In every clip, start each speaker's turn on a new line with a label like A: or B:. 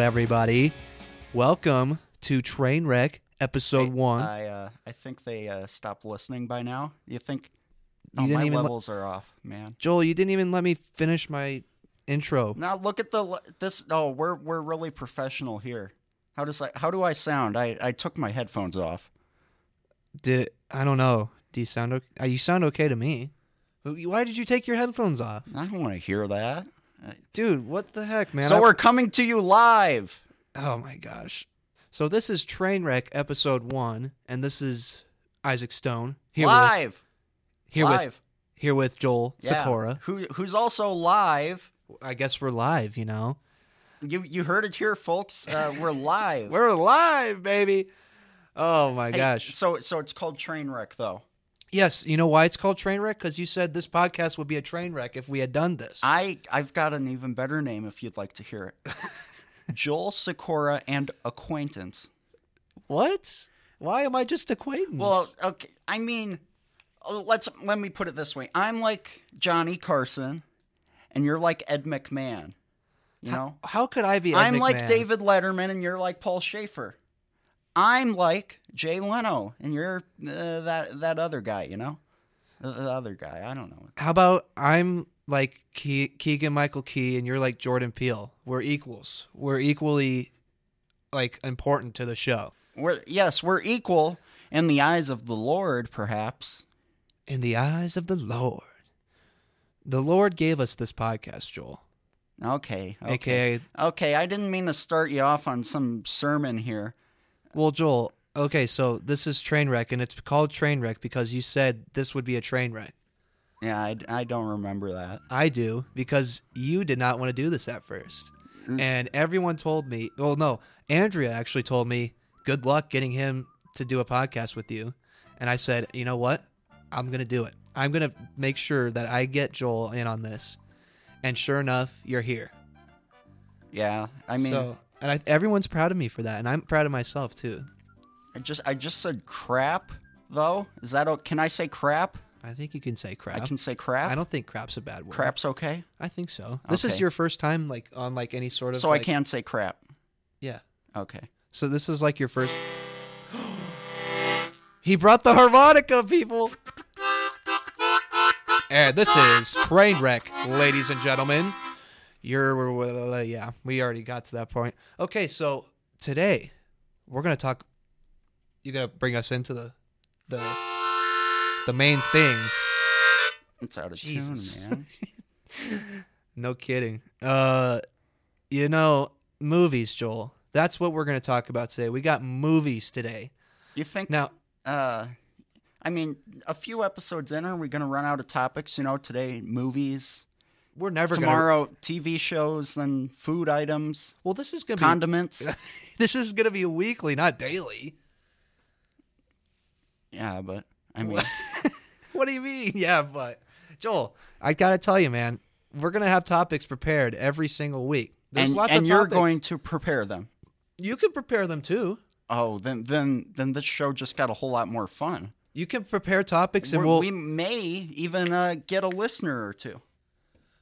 A: everybody. Welcome to Trainwreck Episode
B: I-
A: One.
B: I uh, I think they uh, stopped listening by now. You think?
A: You
B: Oh,
A: didn't
B: my
A: even let-
B: levels are off, man.
A: Joel, you didn't even let me finish my intro.
B: Now look at the le- this. Oh, we're we're really professional here. How does I? How do I sound? I I took my headphones off.
A: Did I don't know? Do you sound okay? You sound okay to me. Wh- Why did you take your headphones off,
B: I don't want to hear that.
A: dude? What the heck, man?
B: so
A: I-
B: we're coming to you live.
A: Oh my gosh. So this is Trainwreck Episode One, and this is Isaac Stone here with
B: live.
A: here with
B: live.
A: here with Joel
B: Yeah.
A: Sakura.
B: Who who's also live.
A: I guess we're live, you know.
B: You you heard it here, folks. Uh, we're live.
A: We're live, baby. Oh my
B: Hey,
A: gosh.
B: So so it's called train wreck though.
A: Yes, you know why it's called Trainwreck? Because you said this podcast would be a train wreck if we had done this.
B: I I've got an even better name if you'd like to hear it. Joel Sikora and acquaintance.
A: what? Why am I just acquaintance?
B: Well, okay. I mean, uh, let's let me put it this way. I'm like Johnny Carson, and you're like Ed McMahon. You know,
A: how could I be? Ed
B: I'm like
A: McMahon?
B: David Letterman, and you're like Paul Schaefer. I'm like Jay Leno, and you're uh, that that other guy. You know, the, the other guy. I don't know.
A: How about I'm like Ke- Keegan Michael Key and you're like Jordan Peele? We're equals. We're equally like important to the show
B: We're yes, we're equal in the eyes of the Lord, perhaps.
A: in the eyes of the Lord. The Lord gave us this podcast, Joel.
B: Okay. Okay.
A: AKA,
B: Okay, I didn't mean to start you off on some sermon here.
A: well, Joel. Okay, so this is Trainwreck, and it's called Trainwreck because you said this would be a train wreck.
B: Yeah, I, I don't remember that.
A: I do because you did not want to do this at first.
B: Mm.
A: And everyone told me, well, no, Andrea actually told me, good luck getting him to do a podcast with you. And I said, you know what? I'm going to do it. I'm going to make sure that I get Joel in on this. And sure enough, you're here.
B: Yeah, I mean,
A: so, and I, everyone's proud of me for that. And I'm proud of myself too.
B: I just I just said crap though. Is that o Can I say crap?
A: I think you can say crap.
B: I can say crap.
A: I don't think crap's a bad word.
B: Crap's okay.
A: I think so. This is
B: Okay.
A: your first time like on like any sort of
B: So I
A: like-
B: can say crap.
A: Yeah.
B: Okay.
A: So this is like your first. he brought the harmonica, people. And this is Trainwreck, ladies and gentlemen. You're uh, yeah, we already got to that point. Okay, so today we're gonna talk. You're gonna bring us into the the the main thing.
B: It's out of
A: Jesus.
B: tune, man.
A: No kidding. Uh, you know, movies, Joel. That's what we're gonna talk about today. We got movies today.
B: You think
A: Now,
B: Uh, I mean, a few episodes in, are we gonna run out of topics? You know, today movies,
A: we're never gonna
B: tomorrow TV shows, then food items,
A: Well, this is gonna
B: condiments.
A: be this is gonna be weekly, not daily.
B: yeah, but I mean.
A: What do you mean? Yeah, but Joel, I gotta tell you, man, we're gonna have topics prepared every single week. There's
B: and,
A: lots
B: and
A: of
B: you're
A: topics.
B: going to prepare them.
A: You can prepare them too.
B: Oh, then then then this show just got a whole lot more fun.
A: You can prepare topics, and
B: We're-
A: we'll
B: we may even uh, get a listener or two.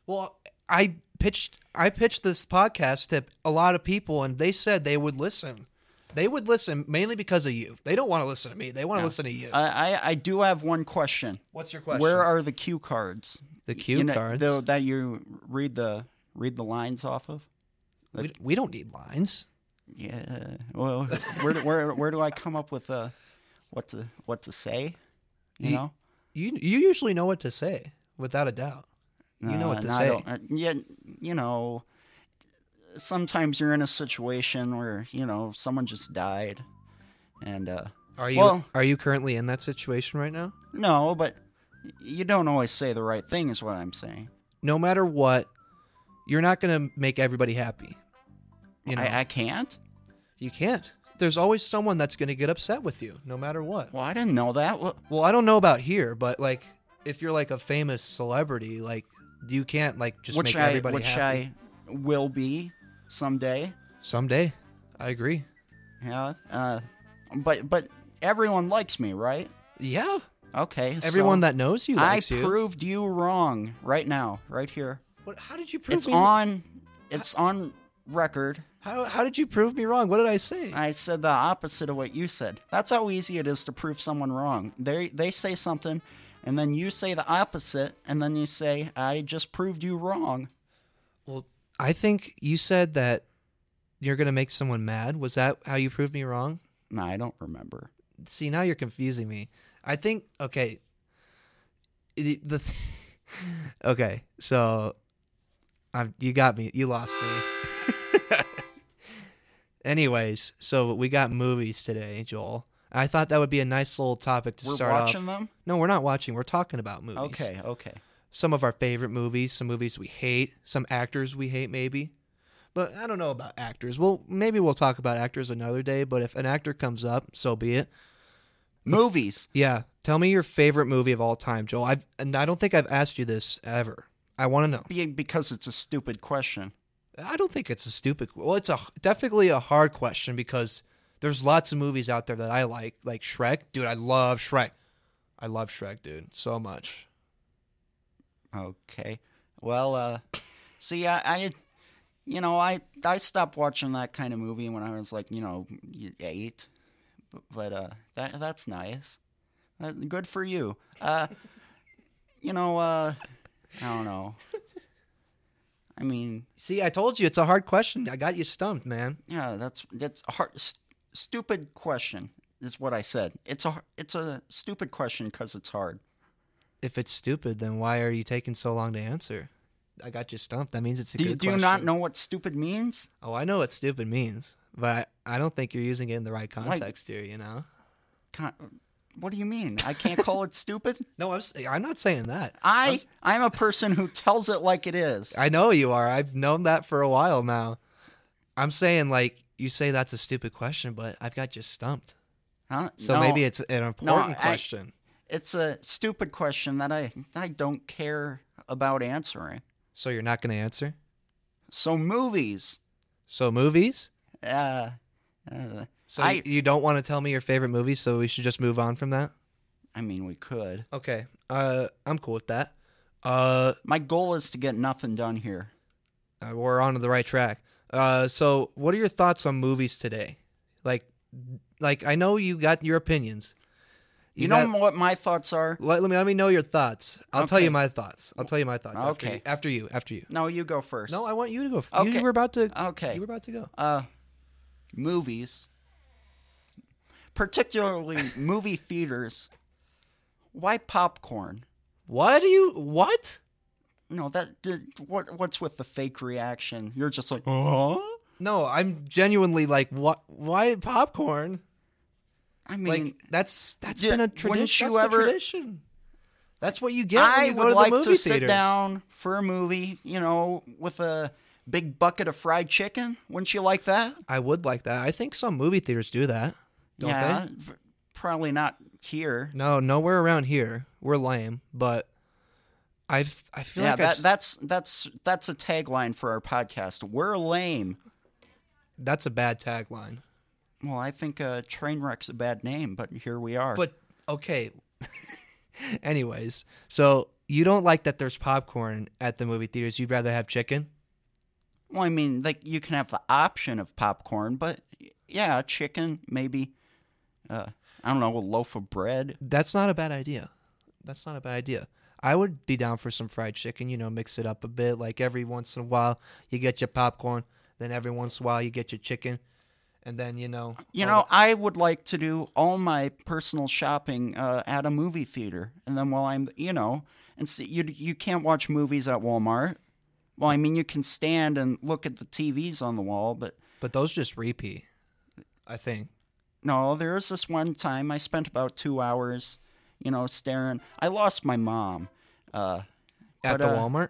A: well. I pitched I pitched this podcast to a lot of people, and they said they would listen. They would listen mainly because of you. They don't want to listen to me. They want to listen to you.
B: I, I I do have one question.
A: What's your question?
B: Uh, Where are the cue cards?
A: the cue
B: You know,
A: cards?
B: tho- that you read the read the lines off of.
A: we, we don't need lines.
B: Yeah. Well, where do- where where do I come up with uh, what to what to say? You
A: Ye-
B: know.
A: You you usually know what to say without a doubt. You know what to
B: and I
A: say.
B: don't- uh, yeah, you know, sometimes you're in a situation where you know someone just died, and uh,
A: Are you
B: Well-
A: are you currently in that situation right now?
B: no, but you don't always say the right thing, is what I'm saying.
A: No matter what, you're not going to make everybody happy. You know,
B: I, I can't.
A: you can't. There's always someone that's going to get upset with you, no matter what.
B: Well, I didn't know that. Well,
A: Well, I don't know about here, but like if you're like a famous celebrity, like you can't like just
B: which
A: make
B: I
A: everybody
B: which
A: happy.
B: I will be someday.
A: Someday, I agree.
B: Yeah. Uh, but but everyone likes me, right?
A: Yeah,
B: Okay. so
A: everyone that knows you
B: I
A: likes you.
B: proved you wrong right now, right here.
A: What- how did you prove
B: It's
A: me-
B: on. It's on record,
A: How, how did you prove me wrong? What did I say?
B: I said the opposite of what you said. That's how easy it is to prove someone wrong. They they say something, and then you say the opposite, and then you say, "I just proved you wrong."
A: well, I think you said that you're going to make someone mad. Was that how you proved me wrong?
B: No, I don't remember.
A: See, now you're confusing me. I think, okay. The, the th- okay, so I'm, you got me. You lost me. Anyways, so we got movies today, Joel. I thought that would be a nice little topic to
B: We're
A: start off.
B: watching them.
A: No, we're not watching. We're talking about movies.
B: Okay, okay.
A: Some of our favorite movies, some movies we hate, some actors we hate, maybe. But I don't know about actors. Well, maybe we'll talk about actors another day. But if an actor comes up, so be it.
B: Movies.
A: Yeah, tell me your favorite movie of all time, Joel. I've and I don't think I've asked you this ever. I want to know.
B: Be- Because it's a stupid question.
A: I don't think it's a stupid. Well, it's a definitely a hard question because there's lots of movies out there that I like, like Shrek. Dude, I love Shrek. I love Shrek, dude, so much.
B: Okay. Well, uh, see, I, I, you know, I, I stopped watching that kind of movie when I was like, you know, y- eight. But, but uh, that that's nice. Uh, good for you. Uh, you know, uh, I don't know. I mean,
A: See, I told you it's a hard question. I got you stumped, man.
B: yeah, that's that's a hard, st- stupid question is what I said. It's a har- it's a stupid question because it's hard.
A: If it's stupid, then why are you taking so long to answer? I got you stumped. That means it's a
B: Do you
A: good
B: do you
A: question.
B: not know what stupid means?
A: Oh, I know what stupid means, but I don't think you're using it in the right context here. You know?
B: Con- what do you mean? I can't call it stupid.
A: No, I'm. s- I'm not saying that. I'm
B: I
A: s-
B: I'm a person who tells it like it is.
A: I know you are. I've known that for a while now. I'm saying like you say that's a stupid question, but I've got you stumped.
B: Huh?
A: So
B: No,
A: maybe it's an important
B: I-
A: question.
B: it's a stupid question that I I don't care about answering.
A: So you're not gonna answer.
B: So movies,
A: So movies.
B: uh, uh,
A: So
B: I-
A: y- you don't want to tell me your favorite movie, so we should just move on from that.
B: I mean we could.
A: Okay. Uh, I'm cool with that. Uh,
B: My goal is to get nothing done here.
A: Uh, we're on the right track. Uh, so, what are your thoughts on movies today? Like, like I know you got your opinions.
B: You, know
A: got-
B: what my thoughts are?
A: let, let me let me know your thoughts. I'll tell
B: Okay.
A: you my thoughts. I'll tell you my thoughts.
B: Okay.
A: After you, after you, after you.
B: No, you go first.
A: No, I want you to go. F-
B: Okay.
A: You were about to.
B: okay.
A: You were about to go.
B: uh, movies, particularly movie theaters. Why popcorn?
A: Why do you? What?
B: No, that did, what what's with the fake reaction? You're just like, huh?
A: No, I'm genuinely like, what? Why popcorn?
B: I mean,
A: Like that's that's
B: yeah,
A: been a
B: wouldn't
A: tradition.
B: you
A: That's a
B: ever-
A: tradition. That's what you get when
B: I
A: you go
B: would
A: to
B: like
A: the movie
B: to sit
A: theaters.
B: down for a movie, you know, with a big bucket of fried chicken. Wouldn't you like that?
A: I would like that. I think some movie theaters do that. Don't they?
B: yeah, v- probably not here.
A: No, nowhere around here. We're lame, but I've I feel
B: yeah,
A: like
B: that,
A: I've,
B: that's that's that's a tagline for our podcast. We're lame.
A: that's a bad tagline.
B: Well, I think uh, Trainwreck's a bad name, but here we are.
A: But okay. Anyways, so you don't like that there's popcorn at the movie theaters. You'd rather have chicken.
B: well, I mean, like you can have the option of popcorn, but yeah, chicken maybe. Uh, I don't know, a loaf of bread.
A: That's not a bad idea. That's not a bad idea. I would be down for some fried chicken. You know, mix it up a bit. Like every once in a while, you get your popcorn. Then every once in a while, you get your chicken, and then you know.
B: You
A: all
B: know, I would like to do all my personal shopping uh, at a movie theater, and then while I'm, you know, and see, you you can't watch movies at Walmart. Well, I mean, you can stand and look at the TVs on the wall, but
A: the- but those just repeat. I think.
B: no, there was this one time I spent about two hours, you know, staring. I lost my mom. Uh,
A: At
B: But,
A: the
B: uh,
A: Walmart,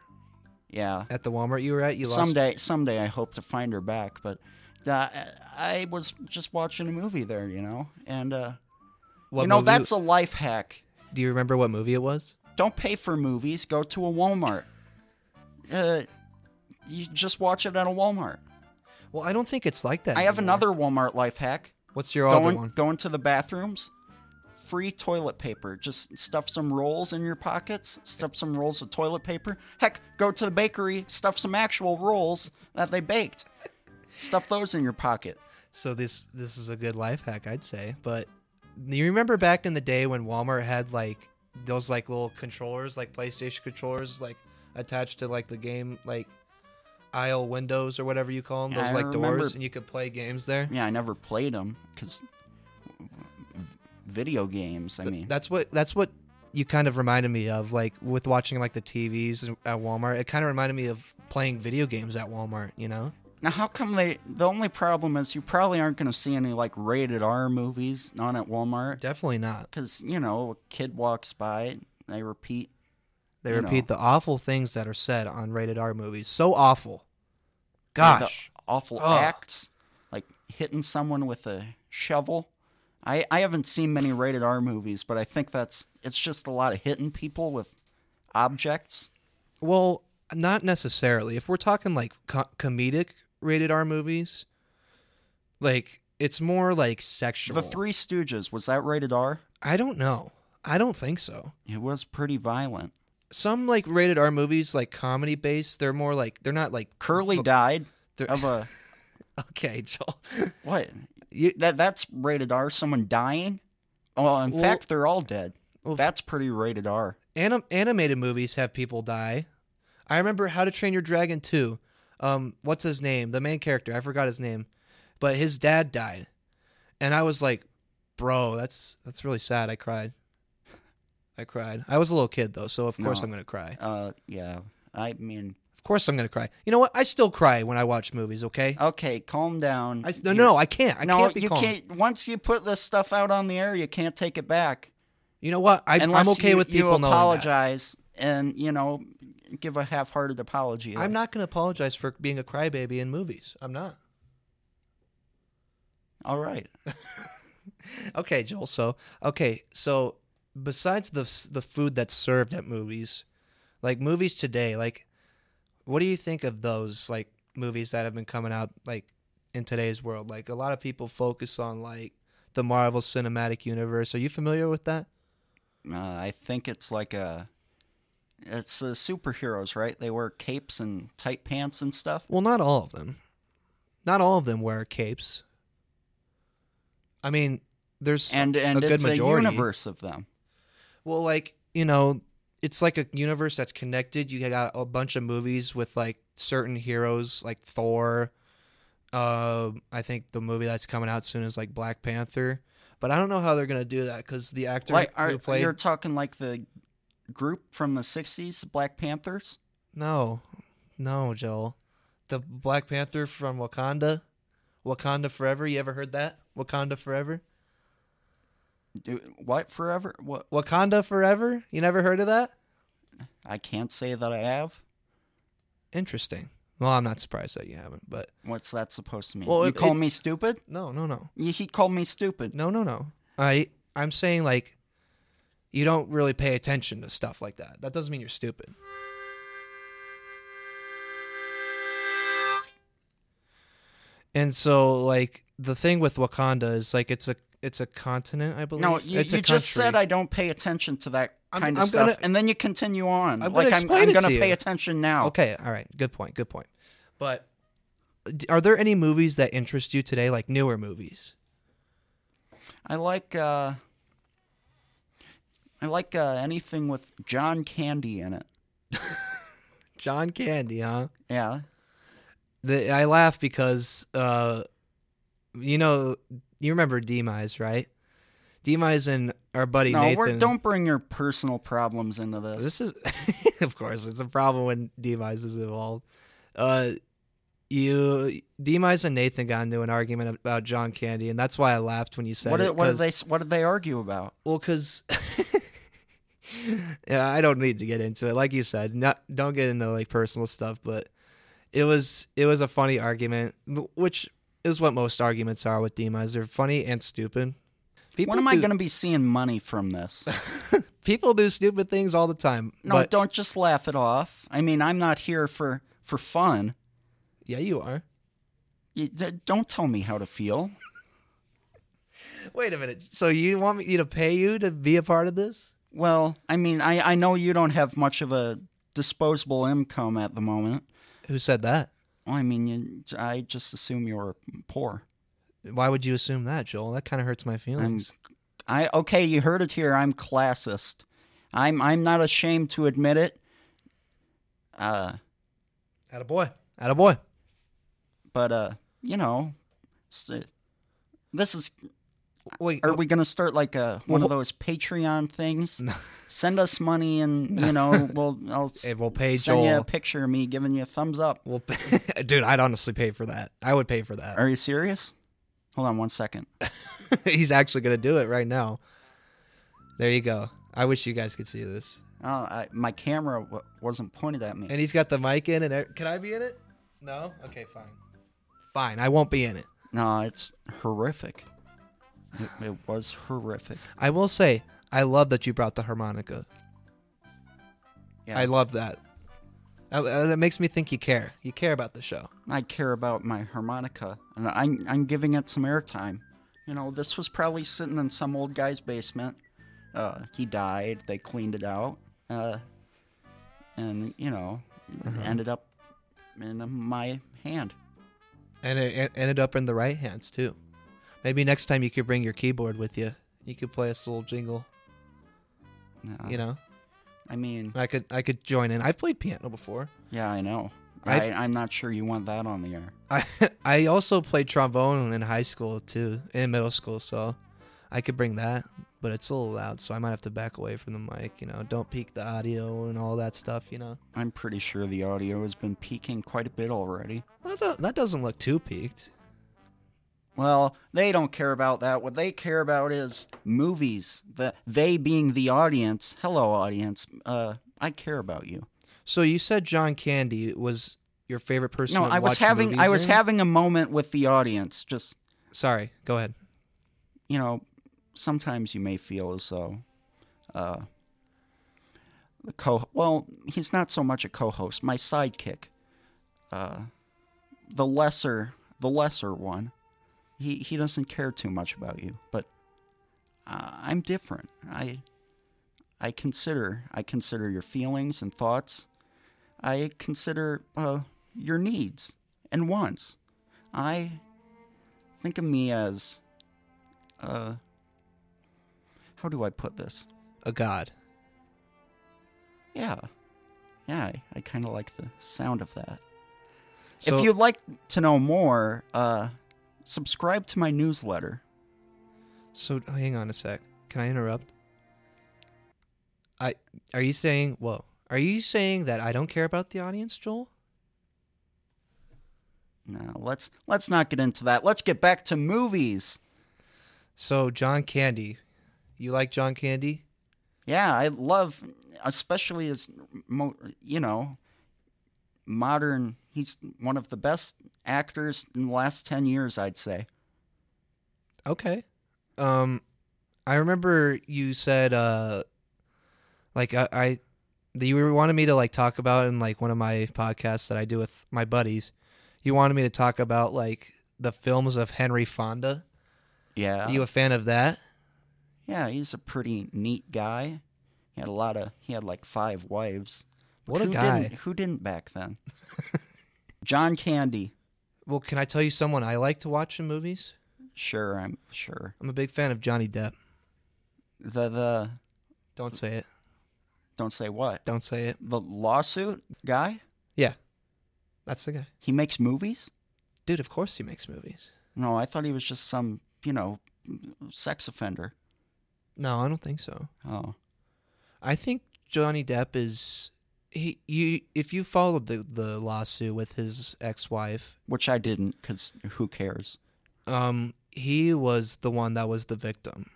B: yeah.
A: at the Walmart you were at, you lost
B: Someday, someday, I hope to find her back. But uh, I was just watching a movie there, you know, and uh,
A: What
B: you know
A: movie-
B: that's a life hack.
A: Do you remember what movie it was?
B: Don't pay for movies. Go to a Walmart. Uh, you just watch it at a Walmart.
A: Well, I don't think it's like that.
B: I have
A: anymore.
B: another Walmart life hack.
A: What's your other
B: Going
A: one?
B: going to the bathrooms. Free toilet paper. Just stuff some rolls in your pockets. Stuff some rolls of toilet paper. Heck, go to the bakery. Stuff some actual rolls that they baked. Stuff those in your pocket.
A: So this this is a good life hack, I'd say. But you remember back in the day when Walmart had like those like little controllers, like PlayStation controllers, like attached to like the game like aisle windows or whatever you call them,
B: Yeah,
A: those
B: I
A: like doors,
B: remember-
A: and you could play games there.
B: Yeah, I never played them because video games. I mean,
A: That's what that's what you kind of reminded me of, like with watching like the TVs at Walmart. It kind of reminded me of playing video games at Walmart. You know?
B: now how come they? The only problem is you probably aren't going to see any like rated R movies on at Walmart
A: Definitely not.
B: because you know a kid walks by, they repeat.
A: They
B: You
A: repeat the awful things that are said on rated R movies. So awful.
B: like, the
A: Gosh.
B: awful
A: Ugh.
B: acts like hitting someone with a shovel. I I haven't seen many rated R movies, but I think that's it's just a lot of hitting people with objects.
A: Well, not necessarily. If we're talking like co- comedic rated R movies, like it's more like sexual.
B: The Three Stooges was that rated R?
A: I don't know. I don't think so.
B: It was pretty violent.
A: Some like rated R movies, like comedy based, they're more like they're not like
B: Curly
A: fu-
B: died
A: they're-
B: of a
A: okay, Joel.
B: what?
A: You-
B: That that's rated R. Someone dying. Well, in
A: Well-
B: fact, they're all dead.
A: Well-
B: that's pretty rated R.
A: Anim- animated movies have people die. I remember How to Train Your Dragon 2. Um, what's his name? The main character. I forgot his name. But his dad died. And I was like, bro, that's that's really sad. I cried. I cried. I was a little kid though, so of course
B: No.
A: I'm gonna cry.
B: Uh, yeah. I mean,
A: Of course I'm gonna cry. You know what? I still cry when I watch movies, okay?
B: okay, calm down.
A: I, no,
B: Um, You-
A: no, I can't. I
B: no,
A: can't be
B: you
A: calm.
B: can't. Once you put this stuff out on the air, you can't take it back.
A: You know what? I,
B: Unless
A: I'm okay
B: you,
A: with
B: you
A: people knowing that.
B: apologize and you know give a half-hearted apology.
A: I'm not gonna apologize for being a crybaby in movies. I'm not.
B: all right.
A: Okay, Joel. So, okay, so besides the the food that's served at movies, like movies today, like what do you think of those like movies that have been coming out like in today's world? Like a lot of people focus on like the Marvel Cinematic Universe. Are you familiar with that?
B: Uh, I think it's like a. It's uh, superheroes, right? They wear capes and tight pants and stuff.
A: Well, not all of them. Not all of them wear capes. I mean, there's
B: and and
A: a good
B: it's
A: majority.
B: a universe of them.
A: Well, like you know, it's like a universe that's connected. You got a bunch of movies with like certain heroes, like Thor. Uh, I think the movie that's coming out soon is like Black Panther, but I don't know how they're gonna do that because the actor
B: Like
A: who
B: are,
A: played
B: you're talking like the group from the '60s, the Black Panthers.
A: no, no, Joel, the Black Panther from Wakanda, Wakanda Forever. You ever heard that? Wakanda Forever.
B: Do, what forever? What?
A: Wakanda Forever. You never heard of that?
B: I can't say that I have.
A: Interesting. Well, I'm not surprised that you haven't, but
B: What's that supposed to mean?
A: Well,
B: you
A: it-
B: call
A: it-
B: me stupid?
A: no, no, no.
B: You- He called me stupid.
A: No, no, no. I I'm saying like you don't really pay attention to stuff like that. That doesn't mean you're stupid. And so like the thing with Wakanda is like it's a it's a continent, I believe.
B: No, you,
A: it's
B: you
A: a
B: just said
A: country.
B: I don't pay attention to that
A: I'm-
B: kind
A: I'm
B: of stuff,
A: gonna-
B: and then you continue on.
A: I'm gonna
B: like I'm,
A: explain
B: I'm
A: it
B: gonna
A: to you.
B: pay attention now.
A: Okay, all right. Good point. Good point. But d- are there any movies that interest you today like newer movies?
B: I like uh, I like uh, anything with John Candy in it.
A: John Candy, huh?
B: Yeah,
A: The, I laugh because uh, you know you remember Demise, right? Demise and our buddy
B: no,
A: Nathan.
B: we're, don't bring your personal problems into this.
A: This is, of course, it's a problem when Demise is involved. Uh, you Demise and Nathan got into an argument about John Candy, and that's why I laughed when you said
B: what
A: it.
B: did, what did
A: 'cause-
B: they s- what did they argue about?
A: Well, because yeah, I don't need to get into it. Like you said, not don't get into like personal stuff, but it was it was a funny argument, which is what most arguments are with Demas. They're funny and stupid. People
B: When am I
A: do-
B: going to be seeing money from this?
A: People do stupid things all the time.
B: No,
A: but,
B: don't just laugh it off. I mean, I'm not here for for fun.
A: yeah, you are.
B: You, d- don't tell me how to feel.
A: Wait a minute. So you want me to pay you to be a part of this?
B: Well, I mean, I, I know you don't have much of a disposable income at the moment.
A: Who said that?
B: Well, I mean, you, I just assume you were poor.
A: Why would you assume that, Joel? That kind of hurts my feelings.
B: I okay, you heard it here. I'm classist. I'm I'm not ashamed to admit it. Uh,
A: Atta boy. Atta boy.
B: but uh, you know, s- this is.
A: Wait.
B: Are we gonna start like a one of those Patreon things? Send us money, and you know, we'll I'll s-
A: Hey, we'll pay
B: send you a
A: Joel.
B: picture of me giving you a thumbs up.
A: We'll pay- Dude, I'd honestly pay for that. I would pay for that.
B: Are you serious? Hold on one second.
A: He's actually going to do it right now. There you go. I wish you guys could see this.
B: Oh, I, my camera w- wasn't pointed at me.
A: And he's got the mic in, and er- can I be in it? No? Okay, fine. Fine. I won't be in it.
B: No, it's horrific. It, it was horrific.
A: I will say, I love that you brought the harmonica.
B: Yeah,
A: I
B: I,
A: love that. Uh, uh, That makes me think you care. You care about the show.
B: care about my harmonica, and I'm I'm giving it some airtime. You know, this was probably sitting in some old guy's basement. Uh, he died. They cleaned it out, uh, and you know, it ended up in my hand.
A: And it en- ended up in the right hands, too. Maybe next time you could bring your keyboard with you. You could play us a little jingle,
B: No,
A: you know?
B: Uh, I mean,
A: I could I could join in. I've played piano before.
B: yeah, I know. I,
A: I've-
B: I'm not sure you want that on the air.
A: I I also played trombone in high school too, in middle school, so I could bring that, but it's a little loud, so I might have to back away from the mic, you know. Don't peak the audio and all that stuff, you know.
B: I'm pretty sure the audio has been peaking quite a bit already.
A: Well, that- that doesn't look too peaked.
B: Well, they don't care about that. What they care about is movies. The they being the audience. Hello, audience. Uh, I care about you.
A: So you said John Candy was your favorite person.
B: no,
A: to
B: I was
A: watch
B: having I
A: movies
B: was
A: in?
B: having a moment with the audience. Just
A: Sorry, go ahead.
B: you know, sometimes you may feel as though, uh, the co. Well, he's not so much a co-host. My sidekick, uh, the lesser, the lesser one. He he doesn't care too much about you, but uh, I'm different. I I consider I consider your feelings and thoughts. I consider uh, your needs and wants. I think of me as uh how do I put this?
A: A god.
B: Yeah. Yeah, I, I kind of like the sound of that.
A: So,
B: if you'd like to know more, uh subscribe to my newsletter.
A: so hang on a sec. Can I interrupt? I are you saying whoa? Are you saying that I don't care about the audience, Joel?
B: No, let's let's not get into that. Let's get back to movies.
A: So John Candy, you like John Candy?
B: Yeah, I love especially as mo- you know, modern he's one of the best actors in the last 10 years, I'd say.
A: Okay. Um, I remember you said uh, like I, I that you wanted me to like talk about in like one of my podcasts that I do with my buddies. You wanted me to talk about like the films of Henry Fonda.
B: Yeah.
A: Are you a fan of that?
B: Yeah, he's a pretty neat guy. He had a lot of. He had like five wives.
A: What a
B: Who
A: guy.
B: Didn't, who didn't back then? John Candy.
A: Well, can I tell you someone I like to watch in movies?
B: Sure, I'm sure.
A: I'm a big fan of Johnny Depp.
B: The the
A: Don't say it.
B: don't say what
A: Don't say it.
B: the lawsuit guy.
A: Yeah. That's the guy.
B: He makes movies.
A: Dude, of course he makes movies.
B: No, I thought he was just some you know sex offender.
A: No, I don't think so.
B: Oh,
A: I think Johnny Depp is he you if you followed the the lawsuit with his ex-wife,
B: which I didn't because who cares?
A: um he was the one that was the victim.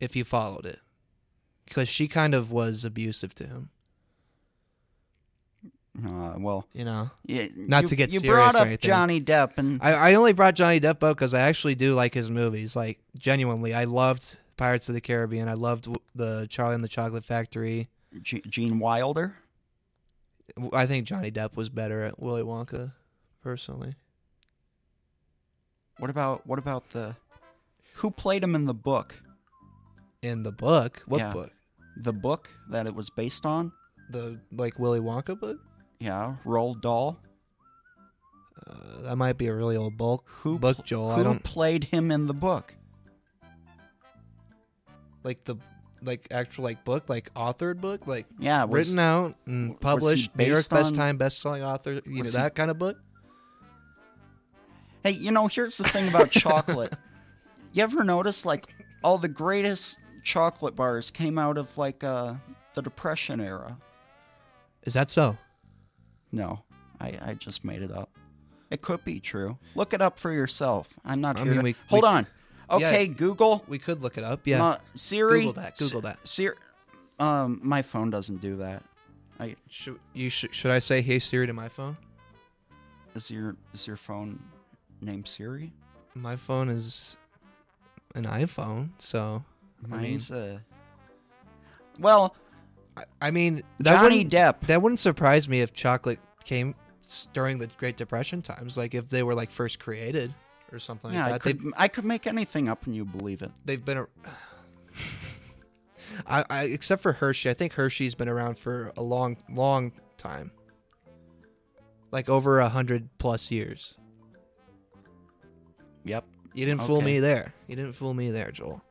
A: If you followed it. Cuz she kind of was abusive to him,
B: Uh, well,
A: you know.
B: yeah,
A: Not
B: you-
A: to get
B: you
A: serious
B: brought
A: or
B: up
A: anything.
B: Johnny Depp and
A: I, I only brought Johnny Depp up because I actually do like his movies. Like genuinely, I loved Pirates of the Caribbean. I loved w- the Charlie and the Chocolate Factory.
B: G- Gene Wilder.
A: W- I think Johnny Depp was better at Willy Wonka, personally.
B: What about what about the who played him in the book?
A: In the book, what
B: Yeah.
A: book?
B: The book that it was based on?
A: The like Willy Wonka book?
B: Yeah, Roald Dahl.
A: uh, that might be a really old bulk
B: Who
A: book,
B: pl-
A: Joel.
B: Who
A: I don't
B: played him in the book?
A: like the like actual like book, like authored book, like
B: Yeah, was,
A: written out
B: was
A: and
B: he
A: published New York
B: based
A: best
B: on-
A: time best selling author, you know
B: was he-
A: that kind of book.
B: Hey, you know, here's the thing about chocolate. you ever notice like all the greatest chocolate bars came out of like uh the depression era?
A: Is that so?
B: No. I I just made it up. It could be true. Look it up for yourself. I'm not
A: I
B: here.
A: mean,
B: to-
A: we-
B: Hold
A: we-
B: on. Okay, Google.
A: We could look it up. Yeah,
B: uh, Siri.
A: Google that, Google
B: S-
A: that.
B: Siri. Um, my phone doesn't do that. I
A: should you should, should I say Hey Siri to my phone?
B: is your is your phone named Siri?
A: My phone is an iPhone, so I mean,
B: Mine's uh. Well,
A: I mean that
B: Johnny
A: wouldn't
B: Depp.
A: that wouldn't surprise me if chocolate came s- during the Great Depression times, like if they were like first created or something
B: yeah, I
A: like that. They-
B: could I could make anything up and you believe it.
A: they've been. A- I, I except for Hershey, I think Hershey's been around for a long, long time, like over a hundred plus years.
B: Yep.
A: You didn't fool
B: Okay.
A: me there. You didn't fool me there, Joel.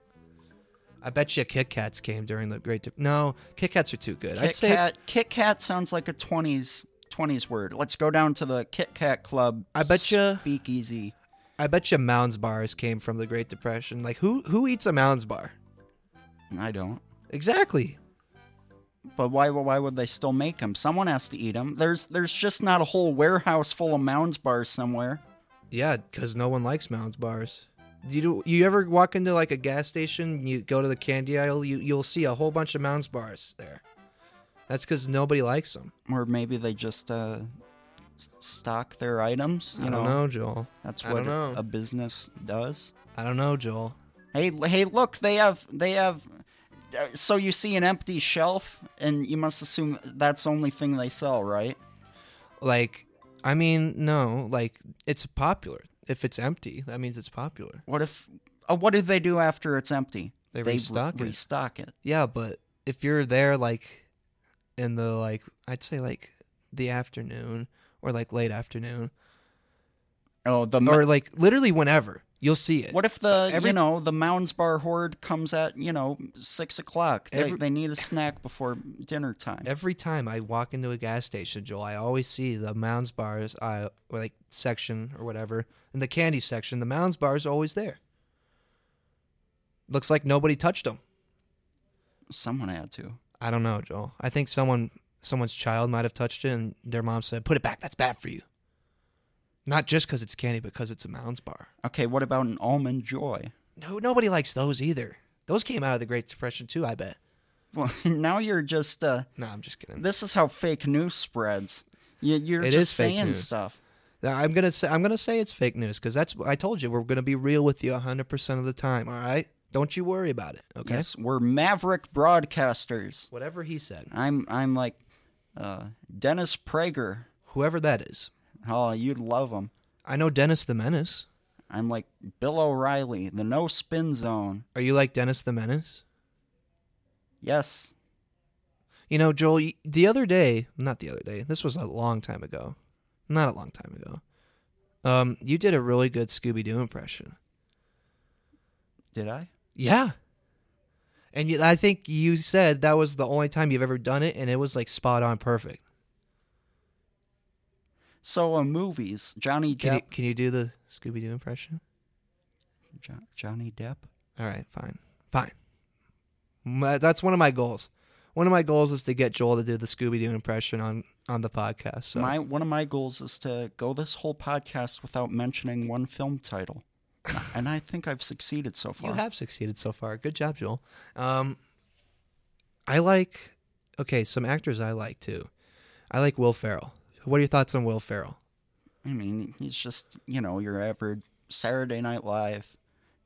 A: I bet you Kit Kats came during the Great. De- no, Kit Kats are too good. I'd
B: Kit
A: say
B: Kat Kit Kat sounds like a 20s 20s word. Let's go down to the Kit Kat Club.
A: I betcha-
B: Speakeasy.
A: I bet you Mounds bars came from the Great Depression. Like who who eats a Mounds bar?
B: I don't.
A: Exactly.
B: But why why would they still make them? Someone has to eat them. There's there's just not a whole warehouse full of Mounds bars somewhere.
A: Yeah, because no one likes Mounds bars. You do, you ever walk into like a gas station? You go to the candy aisle. You you'll see a whole bunch of Mounds bars there. That's because nobody likes them.
B: Or maybe they just uh, s- stock their items. You
A: I don't know, Joel.
B: That's
A: I don't
B: what
A: know.
B: a business does.
A: I don't know, Joel.
B: Hey, l- hey, look, they have, they have. uh, So you see an empty shelf, and you must assume that's the only thing they sell, right?
A: Like, I mean, no. Like, it's popular. If it's empty, that means it's popular.
B: What if? Uh, what do they do after it's empty?
A: They
B: re-
A: restock it.
B: restock it.
A: Yeah, but if you're there, like, in the like, I'd say like the afternoon or like late afternoon
B: Oh, the.
A: or
B: Or,
A: like literally whenever, you'll see it.
B: what if the
A: every-
B: you know the Mounds Bar horde comes at you know six o'clock? They,
A: Every-
B: they need a snack before dinner time.
A: Every time I walk into a gas station, Joel, I always see the Mounds bars, I or like section or whatever, in the candy section. The Mounds bars are always there. Looks like nobody touched them.
B: Someone had to.
A: I don't know, Joel. I think someone, someone's child might have touched it, and their mom said, "Put it back. That's bad for you." Not just because it's candy, because it's a Mounds bar.
B: Okay, what about an almond joy?
A: No, nobody likes those either. Those came out of the Great Depression too, I bet.
B: Well, now you're just. Uh,
A: No, I'm just kidding.
B: this is how fake news spreads. You, you're
A: It
B: just
A: is fake
B: saying
A: news.
B: stuff.
A: Now, I'm gonna say I'm gonna say it's fake news because that's I told you we're gonna be real with you 100 percent of the time. All right, don't you worry about it. Okay.
B: Yes, we're maverick broadcasters.
A: Whatever he said,
B: I'm I'm like uh, Dennis Prager.
A: whoever that is,
B: Oh, you'd love him.
A: I know Dennis the Menace.
B: I'm like Bill O'Reilly, the no spin zone.
A: Are you like Dennis the Menace?
B: Yes,
A: You know, Joel. y- The other day, not the other day. This was a long time ago. Not a long time ago. Um, you did a really good Scooby Doo impression.
B: did I?
A: Yeah. And you, I think you said that was the only time you've ever done it, and it was like spot on, perfect.
B: So uh, movies, Johnny
A: Can you
B: Depp,
A: can you do the Scooby Doo impression?
B: jo- Johnny Depp.
A: All right, fine, fine. My, that's one of my goals. One of my goals is to get Joel to do the Scooby Doo impression on on the podcast. So
B: My one of my goals is to go this whole podcast without mentioning one film title, and I think I've succeeded so far.
A: you have succeeded so far. Good job, Joel. Um, I like okay some actors I like too. I like Will Ferrell. What are your thoughts on Will Ferrell?
B: I mean, he's just, you know, your average Saturday Night Live,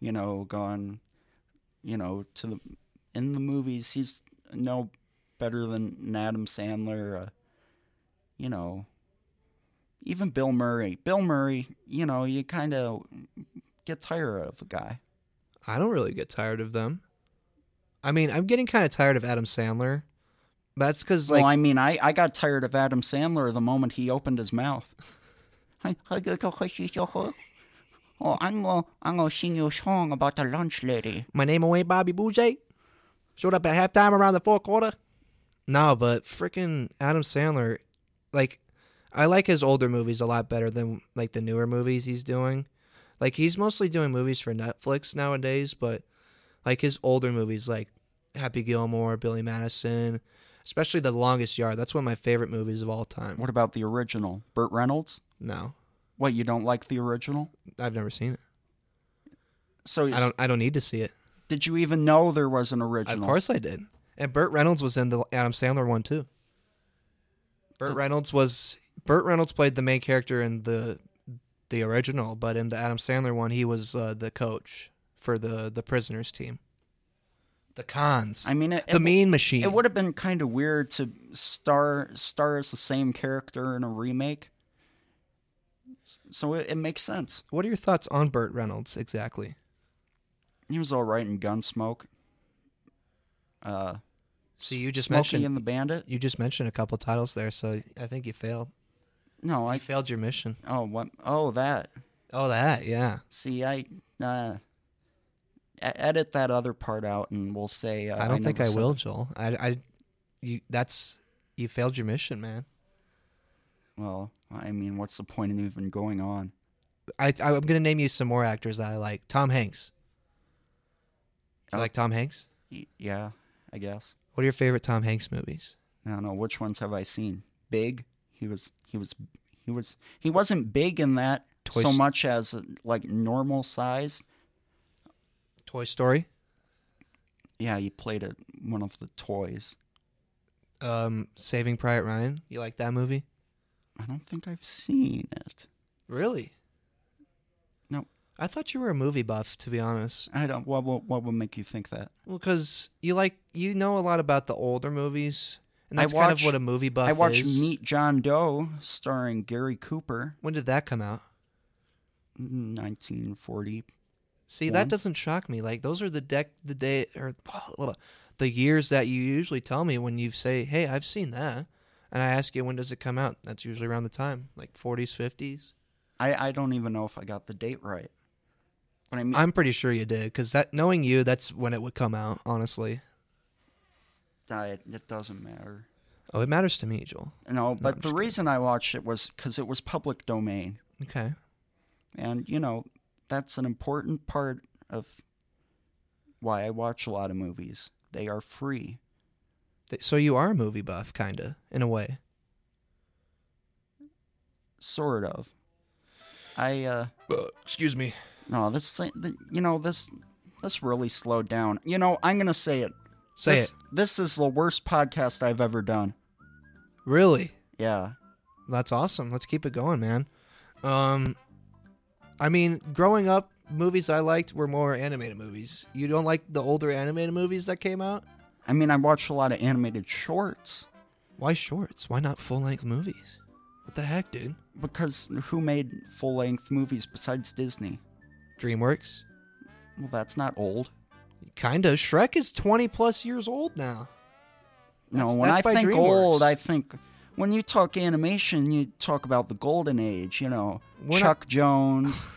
B: you know, gone, you know, to the in the movies. He's no better than an Adam Sandler, uh, you know, even Bill Murray. Bill Murray, you know, you kind of get tired of the guy.
A: I don't really get tired of them. I mean, I'm getting kind of tired of Adam Sandler. That's because like
B: well, I mean, I, I got tired of Adam Sandler the moment he opened his mouth. I, I go to Oh, I'm gonna, I'm gonna sing you a song about the lunch lady.
A: My name ain't Bobby Boucher. Showed up at halftime around the fourth quarter. No, but freaking Adam Sandler, like, I like his older movies a lot better than like the newer movies he's doing. Like he's mostly doing movies for Netflix nowadays, but like his older movies, like Happy Gilmore, Billy Madison, especially The Longest Yard. That's one of my favorite movies of all time.
B: What about the original? Burt Reynolds?
A: No,
B: What, you don't like the original?
A: I've never seen it.
B: So
A: I don't. I don't need to see it.
B: did you even know there was an original?
A: Of course I did. And Burt Reynolds was in the Adam Sandler one too. Burt Reynolds was Burt Reynolds played the main character in the the original, but in the Adam Sandler one, he was uh, the coach for the the prisoners team. The cons.
B: I mean, it,
A: the
B: it,
A: Mean Machine.
B: it would have been kind of weird to star star as the same character in a remake. S- So it, it makes sense.
A: what are your thoughts on Burt Reynolds exactly?
B: He was all right in Gunsmoke. Uh,
A: So you just
B: Smokey
A: mentioned
B: and the Bandit.
A: you just mentioned a couple titles there, so I think you failed.
B: No,
A: I
B: I
A: failed your mission.
B: oh what oh that.
A: Oh, that yeah.
B: See, I uh, e- edit that other part out, and we'll say uh,
A: I don't think
B: never
A: I
B: said
A: will,
B: it.
A: Joel. I, I, you. That's you failed your mission, man.
B: Well, I mean, what's the point in even going on?
A: I, I am gonna name you some more actors that I like. Tom Hanks. I
B: Oh.
A: like Tom Hanks.
B: Y- Yeah, I guess.
A: What are your favorite Tom Hanks movies?
B: I don't know which ones have I seen. Big. He was. He was. He was. He wasn't big in that
A: Toy
B: so
A: S-
B: much as uh, like normal size.
A: Toy Story.
B: Yeah, he played a, one of the toys.
A: Um, Saving Private Ryan. You like that movie?
B: I don't think I've seen it.
A: Really?
B: No.
A: I thought you were a movie buff, to be honest.
B: I don't. What, what, what would make you think that?
A: Well, because you like you know a lot about the older movies, and
B: I
A: that's kind of
B: watch-
A: what a movie buff
B: I watched
A: is.
B: Meet John Doe, starring Gary Cooper,
A: when did that come out?
B: nineteen forty.
A: See,
B: One.
A: that doesn't shock me. Like those are the deck, the day, or the years that you usually tell me when you say, "Hey, I've seen that," and I ask you, "When does it come out?" That's usually around the time, like 40s, 50s.
B: I I don't even know if I got the date right. But I mean,
A: I'm pretty sure you did, because that, knowing you, that's when it would come out. Honestly,
B: I, it doesn't matter.
A: oh, it matters to me, Joel.
B: No, but
A: I'm
B: the
A: just
B: reason I watched it was because it was public domain,
A: Okay,
B: and you know that's an important part of why I watch a lot of movies. They are free.
A: Th- so you are a movie buff, kinda, in a way.
B: sort of. I uh
A: excuse me.
B: no, this thing, th- you know this this really slowed down. You know, I'm gonna say it.
A: Say
B: this,
A: it.
B: This is the worst podcast I've ever done.
A: Really?
B: Yeah,
A: That's awesome. Let's keep it going, man. Um, I mean, growing up, movies I liked were more animated movies. You don't like the older animated movies that came out?
B: I mean, I watched a lot of animated shorts
A: Why shorts? Why not full length movies? What the heck, dude?
B: because who made full length movies besides Disney?
A: DreamWorks?
B: Well, that's not old.
A: Kinda. Shrek is 20 plus years old now.
B: No,
A: That's-
B: when
A: that's by
B: I think
A: DreamWorks.
B: old, I think when you talk animation, you talk about the golden age. You know,
A: We're
B: Chuck Jones,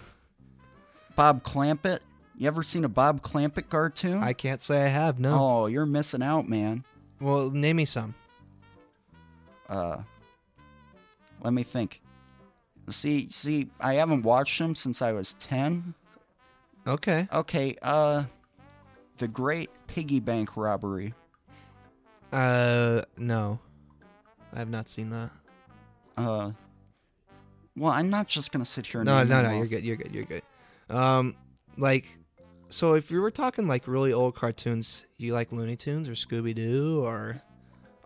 B: Bob Clampett. You ever seen a Bob Clampett cartoon?
A: I can't say I have, no.
B: Oh, you're missing out, man.
A: Well, name me some.
B: Uh, let me think. See, see, I haven't watched him since I was ten.
A: Okay.
B: Okay, uh, the Great Piggy Bank Robbery.
A: Uh, no. I have not seen that.
B: Uh, well, I'm not just gonna sit here. And
A: No,
B: name
A: no,
B: them
A: no.
B: off.
A: You're good. You're good. You're good. Um, like, so if you were talking like really old cartoons, you like Looney Tunes or Scooby Doo or,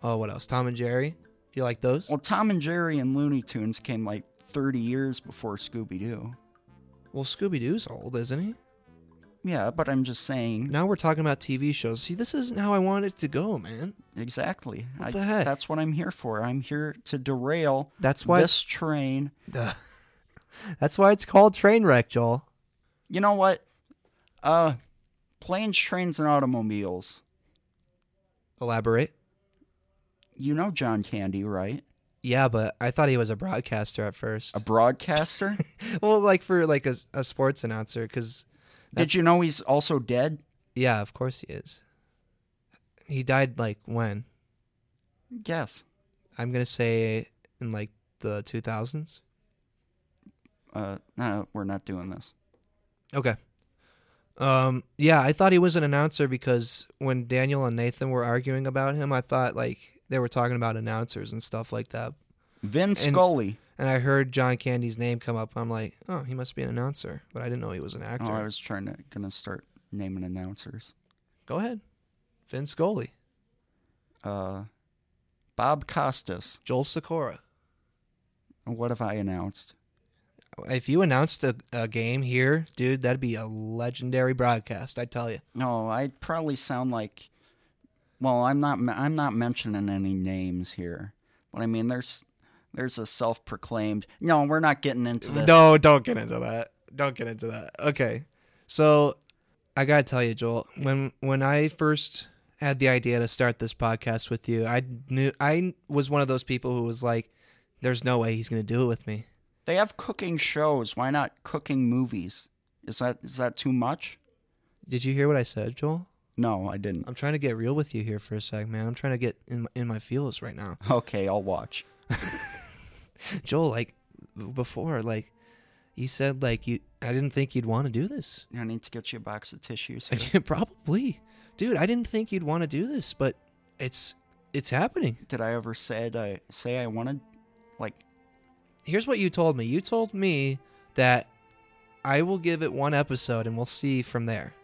A: oh, what else? Tom and Jerry. You like those?
B: Well, Tom and Jerry and Looney Tunes came like 30 years before Scooby Doo.
A: Well, Scooby Doo's old, isn't he?
B: Mm. Yeah, but I'm just saying.
A: Now we're talking about TV shows. See, this isn't how I wanted it to go, man.
B: Exactly.
A: What
B: I-
A: the heck?
B: That's what I'm here for. I'm here to derail
A: That's why.
B: this train.
A: Duh. That's why it's called Trainwreck, Joel.
B: You know what? Uh, planes, trains, and automobiles.
A: Elaborate.
B: You know John Candy, right?
A: Yeah, but I thought he was a broadcaster at first.
B: A broadcaster?
A: well, like for like a, a sports announcer, because
B: Did you know he's also dead?
A: yeah, of course he is. He died like when?
B: Yes.
A: I'm gonna say in like the 2000s.
B: Uh, no, we're not doing this.
A: Okay. Um. Yeah, I thought he was an announcer because when Daniel and Nathan were arguing about him, I thought like they were talking about announcers and stuff like that.
B: Vin Scully.
A: And I heard John Candy's name come up. I'm like, oh, he must be an announcer, but I didn't know he was an actor.
B: Oh, I was trying to gonna start naming announcers.
A: Go ahead, Vin Scully,
B: Uh, Bob Costas.
A: Joel Sikora.
B: What have I announced?
A: If you announced a, a game here, dude, that'd be a legendary broadcast. I tell you.
B: No, Oh, I probably sound like. Well, I'm not. I'm not mentioning any names here, but I mean, there's there's a self-proclaimed. No, we're not getting into this.
A: No, don't get into that. Don't get into that. Okay. So I gotta tell you, Joel, when when I first had the idea to start this podcast with you, I knew I was one of those people who was like, There's no way he's gonna do it with me.
B: They have cooking shows. Why not cooking movies? Is that is that too much?
A: Did you hear what I said, Joel?
B: No, I didn't.
A: I'm trying to get real with you here for a sec, man. I'm trying to get in in my feels right now.
B: Okay, I'll watch.
A: Joel, like before, like you said like you I didn't think you'd want to do this.
B: I need to get you a box of tissues. Here.
A: Probably, dude. I didn't think you'd want to do this, but it's it's happening.
B: Did I ever said I say I wanted like
A: Here's what you told me. You told me that I will give it one episode, and we'll see from there.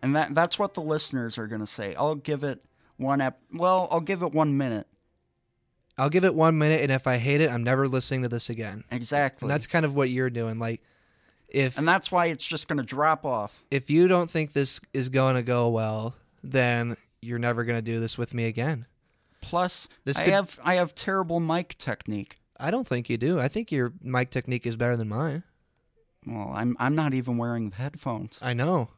B: and that that's what the listeners are going to say. I'll give it one ep- well, I'll give it 1 minute.
A: I'll give it one minute, and if I hate it, I'm never listening to this again.
B: Exactly.
A: And that's kind of what you're doing. Like, if
B: and that's why it's just going to drop off.
A: if you don't think this is going to go well, then you're never going to do this with me again.
B: Plus
A: This
B: I
A: could-
B: have I have terrible mic technique.
A: I don't think you do. I think your mic technique is better than mine.
B: Well, I'm I'm not even wearing the headphones.
A: I know.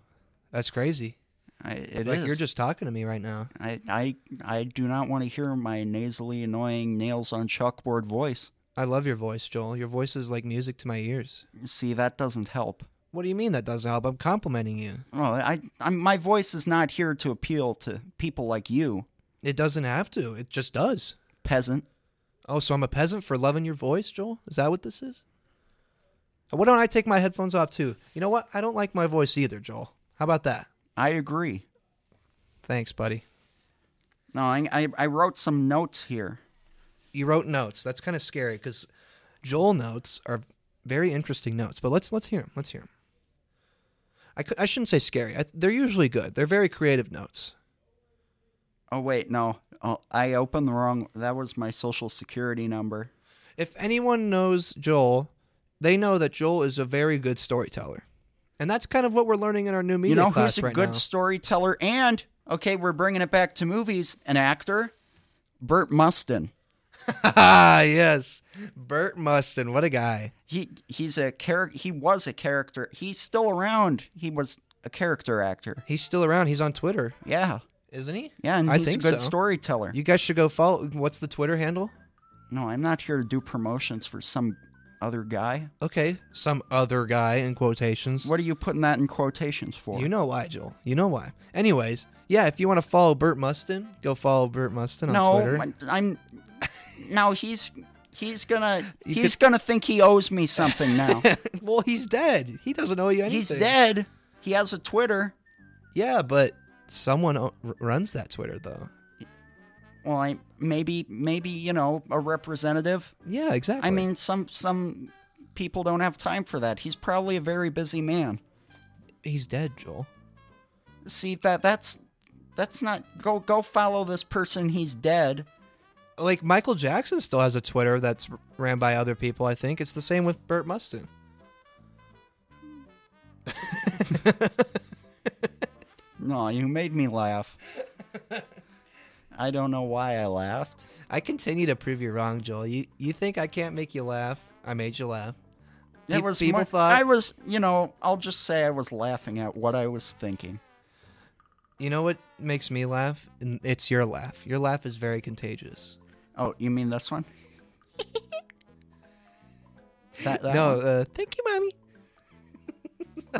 A: That's crazy.
B: I, it
A: like
B: is.
A: you're just talking to me right now.
B: I, I I do not want to hear my nasally annoying nails on chalkboard voice.
A: I love your voice, Joel. Your voice is like music to my ears.
B: See, that doesn't help.
A: What do you mean that doesn't help? I'm complimenting you.
B: Oh, I I'm, my voice is not here to appeal to people like you,
A: It doesn't have to. It just does.
B: peasant.
A: Oh, so I'm a peasant for loving your voice, Joel? Is that what this is? Why don't I take my headphones off too? You know what? I don't like my voice either, Joel. How about that?
B: I agree.
A: Thanks, buddy.
B: No, I I, I wrote some notes here.
A: You wrote notes. That's kind of scary because Joel notes are very interesting notes. But let's let's hear them. Let's hear them. I, cou- I shouldn't say scary. I, they're usually good. They're very creative notes.
B: Oh wait, no. Oh, I opened the wrong. That was my social security number.
A: If anyone knows Joel, they know that Joel is a very good storyteller. And that's kind of what we're learning in our new media
B: you know
A: class
B: who's a
A: right
B: good
A: now.
B: storyteller and okay, we're bringing it back to movies. An actor, Burt Mustin.
A: ah, yes. Burt Mustin, what a guy.
B: He he's a character. He was a character. He's still around. He was a character actor.
A: He's still around. He's on Twitter,
B: Yeah,
A: isn't he?
B: yeah, and
A: I
B: he's
A: think
B: a good
A: so.
B: storyteller.
A: You guys should go follow what's the Twitter handle?
B: No, I'm not here to do promotions for some other guy.
A: Okay, some other guy in quotations.
B: What are you putting that in quotations for?
A: You know why, Joel. You know why. Anyways, yeah, if you want to follow Burt Mustin, go follow Burt Mustin on
B: no,
A: Twitter.
B: I- I'm. No, he's he's gonna
A: You
B: he's gonna think he owes me something now.
A: well, he's dead. He doesn't owe you anything.
B: he's dead. He has a Twitter.
A: Yeah, but someone o- r- runs that Twitter though.
B: Well, I maybe maybe you know a representative.
A: Yeah, exactly.
B: I mean, some some people don't have time for that. He's probably a very busy man.
A: he's dead, Joel.
B: See that that's that's not go go follow this person. He's dead.
A: Like Michael Jackson still has a Twitter that's r- ran by other people. I think it's the same with Burt Mustin.
B: No, you made me laugh. I don't know why I laughed.
A: I continue to prove you wrong, Joel. You you think I can't make you laugh? I made you laugh. Pe-
B: It was
A: people
B: more-
A: thought
B: I was, you know, I'll just say I was laughing at what I was thinking.
A: you know what makes me laugh, and it's your laugh. Your laugh is very contagious.
B: Oh, you mean this one? That, that
A: no,
B: one.
A: uh, thank you, mommy.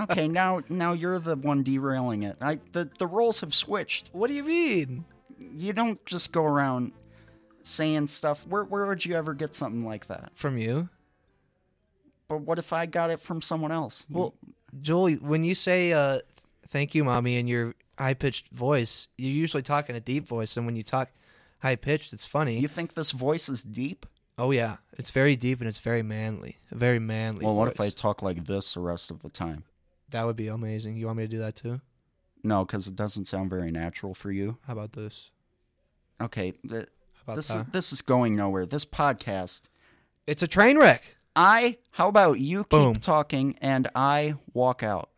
B: Okay, now now you're the one derailing it. I the, the roles have switched.
A: What do you mean?
B: You don't just go around saying stuff. Where where would you ever get something like that?
A: From you?
B: But what if I got it from someone else?
A: Well, Joel, when you say uh, th- "thank you, mommy" in your high-pitched voice, you usually talk in a deep voice, and when you talk high-pitched, it's funny.
B: you think this voice is deep?
A: Oh yeah, it's very deep and it's very manly, a very manly.
B: Well, what if I
A: voice.
B: talk like this the rest of the time?
A: That would be amazing. You want me to do that too?
B: No, because it doesn't sound very natural for you.
A: How about this?
B: Okay, th-
A: How about
B: this is,
A: that?
B: this is going nowhere. This podcast.
A: It's a train wreck.
B: I. How about you keep
A: Boom.
B: talking and I walk out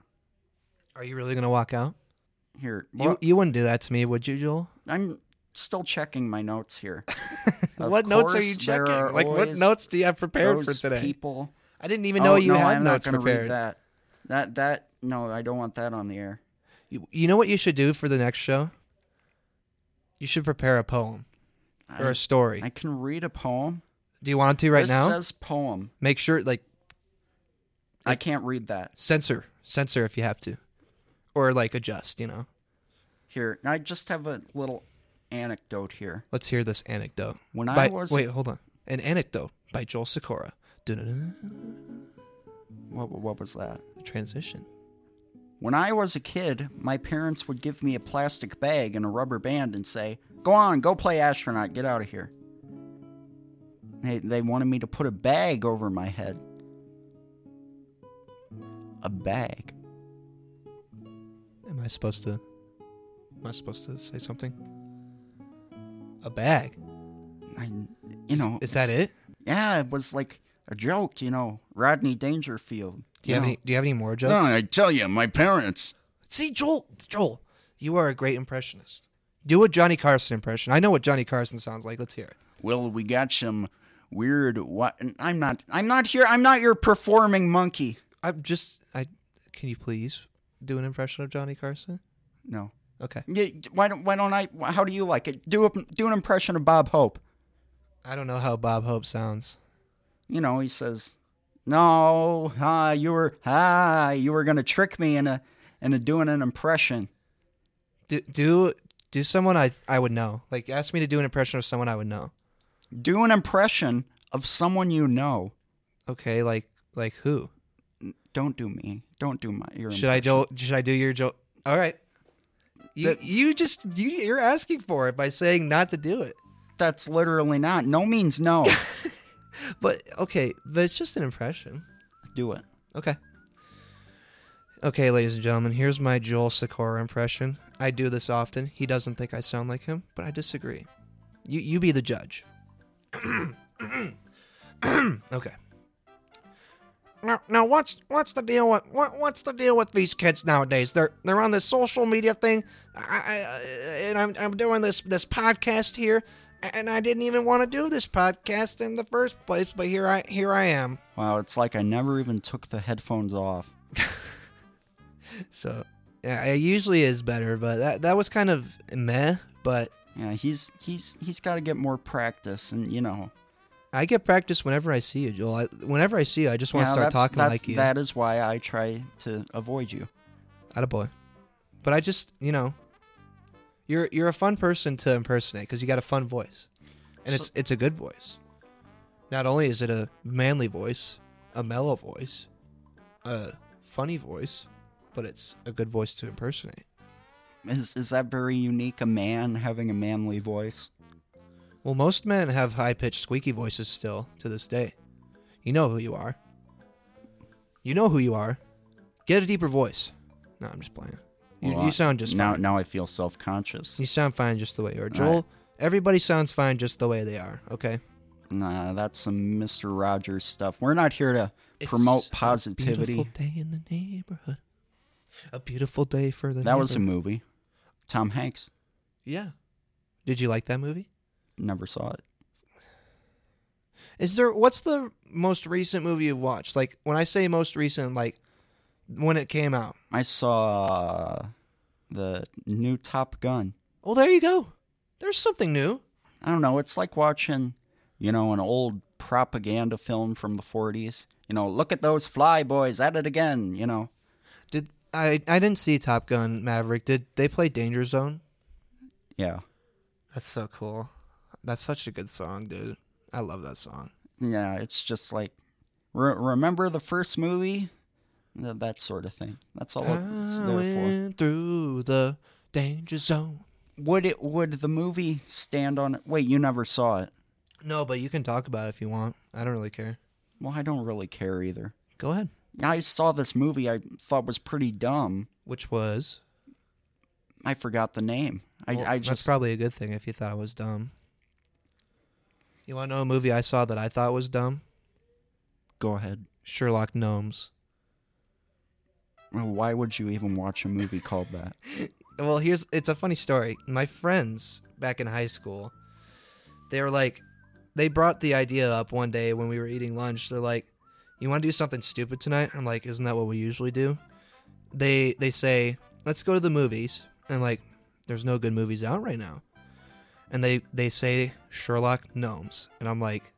A: Are you really gonna walk out?
B: here.
A: You, you wouldn't do that to me, would you, Joel?
B: I'm still checking my notes here. Of
A: what notes are
B: course,
A: you
B: there
A: checking?
B: are
A: Like, what
B: always
A: notes do you have prepared for
B: those
A: today?
B: People.
A: I didn't even know
B: Oh,
A: you
B: no,
A: had
B: I'm
A: notes
B: not gonna
A: prepared.
B: Read that. That that no, I don't want that on the air.
A: You, you know what you should do for the next show? You should prepare a poem or
B: I,
A: a story.
B: I can read a poem.
A: do you want to right
B: this
A: now?
B: says poem.
A: Make sure, like,
B: I can't read that.
A: censor, censor if you have to, or like adjust. You know.
B: Here, I just have a little anecdote here.
A: Let's hear this anecdote.
B: When
A: by,
B: I was
A: wait, hold on. An anecdote by Joel Sikora. Dun-dun-dun.
B: what, what was that?
A: Transition.
B: When I was a kid, my parents would give me a plastic bag and a rubber band and say, Go on, go play astronaut, get out of here. They, they wanted me to put a bag over my head. A bag.
A: Am I supposed to? Am I supposed to say something? A bag.
B: I, you
A: Is-
B: know.
A: Is, that
B: it's-
A: it?
B: Yeah, it was like a joke, you know. Rodney Dangerfield.
A: Do you have any? Do you have any more jokes?
B: No, I tell you, my parents.
A: See, Joel, Joel, you are a great impressionist. Do a Johnny Carson impression. I know what Johnny Carson sounds like. Let's hear it.
B: Well, we got some weird. What? I'm not. I'm not here. I'm not your performing monkey.
A: I'm just. I can you please do an impression of Johnny Carson?
B: No.
A: Okay.
B: Yeah, why don't why don't I? How do you like it? Do a, do an impression of Bob Hope.
A: I don't know how Bob Hope sounds.
B: You know, he says, "No, ah, you were ah, you were gonna trick me in a in a doing an impression."
A: Do do do someone I I would know. Like ask me to do an impression of someone I would know.
B: Do an impression of someone you know.
A: Okay, like like who?
B: Don't do me. Don't do my. Your
A: Should I do? Should I do your Joe? All right. You,
B: That-
A: you just you, you're asking for it by saying not to do it.
B: That's literally not. No means no.
A: But okay, but it's just an impression.
B: do it.
A: Okay. Okay, ladies and gentlemen, here's my Joel Sikora impression. I do this often. He doesn't think I sound like him, but I disagree. You you be the judge. okay. Now, now what's what's the deal with what, what's the deal with these kids nowadays? They're they're on this social media thing, I, I, I- and I'm I'm doing this this podcast here, and I didn't even want to do this podcast in the first place, but here I here I am.
B: Wow, it's like I never even took the headphones off.
A: So yeah, it usually is better, but that that was kind of meh. But
B: Yeah, he's he's he's got to get more practice, and you know.
A: I get practice whenever I see you, Joel. I, whenever I see you, I just want to
B: yeah,
A: start
B: that's-
A: talking
B: that's-
A: like you.
B: That is why I try to avoid you.
A: Atta boy. But I just, you know, you're you're a fun person to impersonate because you got a fun voice, and it's it's a good voice. Not only is it a manly voice, a mellow voice, a funny voice, but it's a good voice to impersonate.
B: Is is that very unique? A man having a manly voice?
A: Well, most men have high pitched, squeaky voices still to this day. You know who you are. You know who you are. Get a deeper voice. No, I'm just playing. You,
B: Well, I-
A: you sound just
B: now.
A: fine.
B: Now I feel self conscious.
A: You sound fine just the way you are. Joel,
B: right.
A: everybody sounds fine just the way they are, okay?
B: Nah, that's some Mister Rogers stuff. We're not here to
A: It's
B: promote
A: A beautiful
B: positivity.
A: day in the neighborhood. A beautiful day for the
B: That was a
A: neighborhood.
B: movie. Tom Hanks
A: Yeah. Did you like that movie?
B: never saw it.
A: Is there what's the most recent movie you've watched? Like when I say most recent, like when it came out.
B: I saw uh, the new Top Gun.
A: Well, there you go. There's something new.
B: I don't know. It's like watching, you know, an old propaganda film from the 40s. You know, look at those fly boys at it again, you know.
A: Did I? I didn't see Top Gun Maverick. Did they play Danger Zone?
B: Yeah.
A: That's so cool. That's such a good song, dude. I love that song.
B: Yeah, it's just like re- remember the first movie? Th- That sort of thing. That's all it's
A: I
B: there for.
A: went through the danger zone.
B: Would it would the movie stand on it? Wait, you never saw it.
A: No, but you can talk about it if you want. I don't really care.
B: Well, I don't really care either.
A: Go ahead.
B: I saw this movie I thought was pretty dumb.
A: Which was
B: I forgot the name. I,
A: well,
B: I
A: that's
B: just
A: probably a good thing if you thought it was dumb. You want to know a movie I saw that I thought was dumb?
B: go ahead.
A: Sherlock Gnomes.
B: Why would you even watch a movie called that?
A: Well, here's it's a funny story. My friends back in high school, they were like, they brought the idea up one day when we were eating lunch. They're like, "You want to do something stupid tonight?" I'm like, "Isn't that what we usually do?" They they say, "Let's go to the movies." And I'm like, "There's no good movies out right now." And they they say Sherlock Gnomes, and I'm like,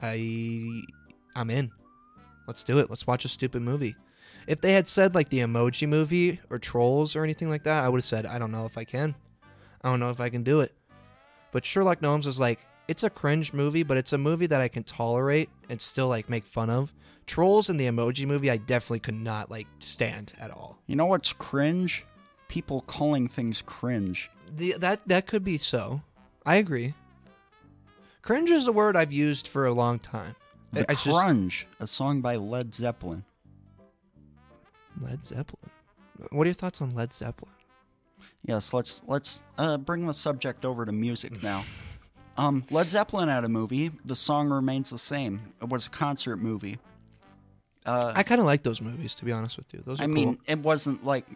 A: "I I'm in. Let's do it. Let's watch a stupid movie." If they had said like the emoji movie or trolls or anything like that, I would have said, I don't know if I can. I don't know if I can do it. But Sherlock Gnomes is like, it's a cringe movie, but it's a movie that I can tolerate and still like make fun of. Trolls and the emoji movie, I definitely could not like stand at all.
B: You know what's cringe? People calling things cringe.
A: The, that that could be so. I agree. Cringe is a word I've used for a long time.
B: The
A: I- I just-
B: Crunge, a song by Led Zeppelin.
A: Led Zeppelin. What are your thoughts on Led Zeppelin?
B: Yes, let's let's uh, bring the subject over to music now. um, Led Zeppelin had a movie. The song remains the same. It was a concert movie. Uh,
A: I kind of like those movies, to be honest with you. Those are
B: I
A: cool.
B: mean, it wasn't like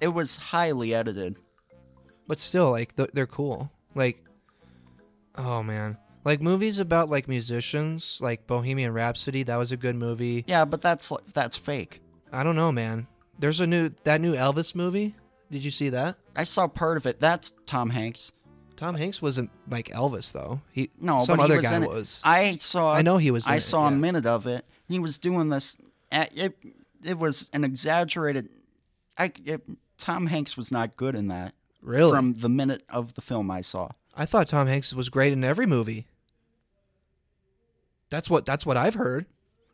B: it was highly edited.
A: but still like th- they're cool like oh man like movies about like musicians like bohemian rhapsody that was a good movie
B: Yeah, but that's li- that's fake.
A: i don't know man there's a new that new elvis movie did you see that
B: I saw part of it. That's Tom Hanks.
A: tom hanks wasn't like elvis though he
B: No,
A: some
B: but
A: other
B: he was
A: guy
B: in it.
A: was
B: I saw.
A: I know he was in
B: I
A: it,
B: saw a
A: yeah.
B: minute of it. He was doing this. uh, It it was an exaggerated. I it, Tom Hanks was not good in that.
A: really
B: From the minute of the film I saw.
A: i thought tom hanks was great in every movie that's what that's what i've heard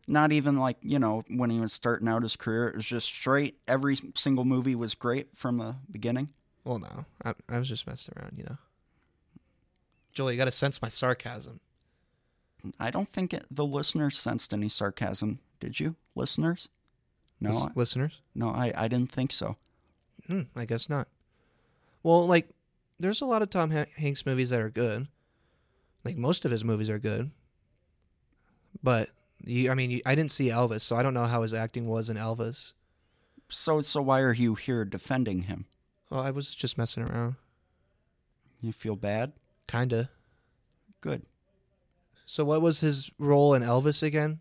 B: Not even like you know when he was starting out his career. It was just straight. Every single movie was great from the beginning.
A: well no i, I was just messing around you know Joel, you gotta sense my sarcasm
B: I don't think it, the listeners sensed any sarcasm. Did you, listeners? No,
A: Lis-
B: I-
A: listeners
B: no, I, I didn't think so.
A: Hmm, I guess not. Well, like, there's a lot of Tom Han- Hanks movies that are good. Like, most of his movies are good. But, you, I mean, you, I didn't see Elvis, so I don't know how his acting was in Elvis.
B: So so why are you here defending him?
A: Well, I was just messing around.
B: You feel bad?
A: Kinda.
B: Good.
A: So, what was his role in Elvis again?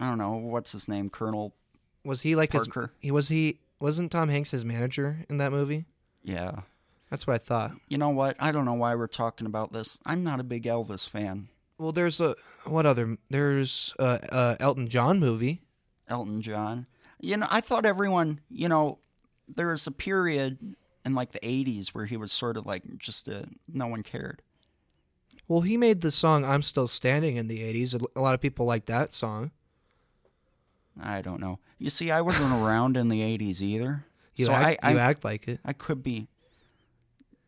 B: I don't know what's his name, Colonel.
A: Was he like his.
B: Parker.
A: He was he. Wasn't Tom Hanks his manager in that movie?
B: Yeah.
A: That's what I thought.
B: You know what? I don't know why we're talking about this. I'm not a big Elvis fan.
A: Well, there's a. What other. There's uh, uh Elton John movie.
B: Elton John. You know, I thought everyone. You know, there was a period in like the '80s where he was sort of like just a no one cared.
A: Well, he made the song "I'm Still Standing" in the '80s. A- A lot of people like that song.
B: I don't know. You see, I wasn't around in the '80s either,
A: You,
B: so
A: act,
B: I I,
A: you act like it.
B: I could be.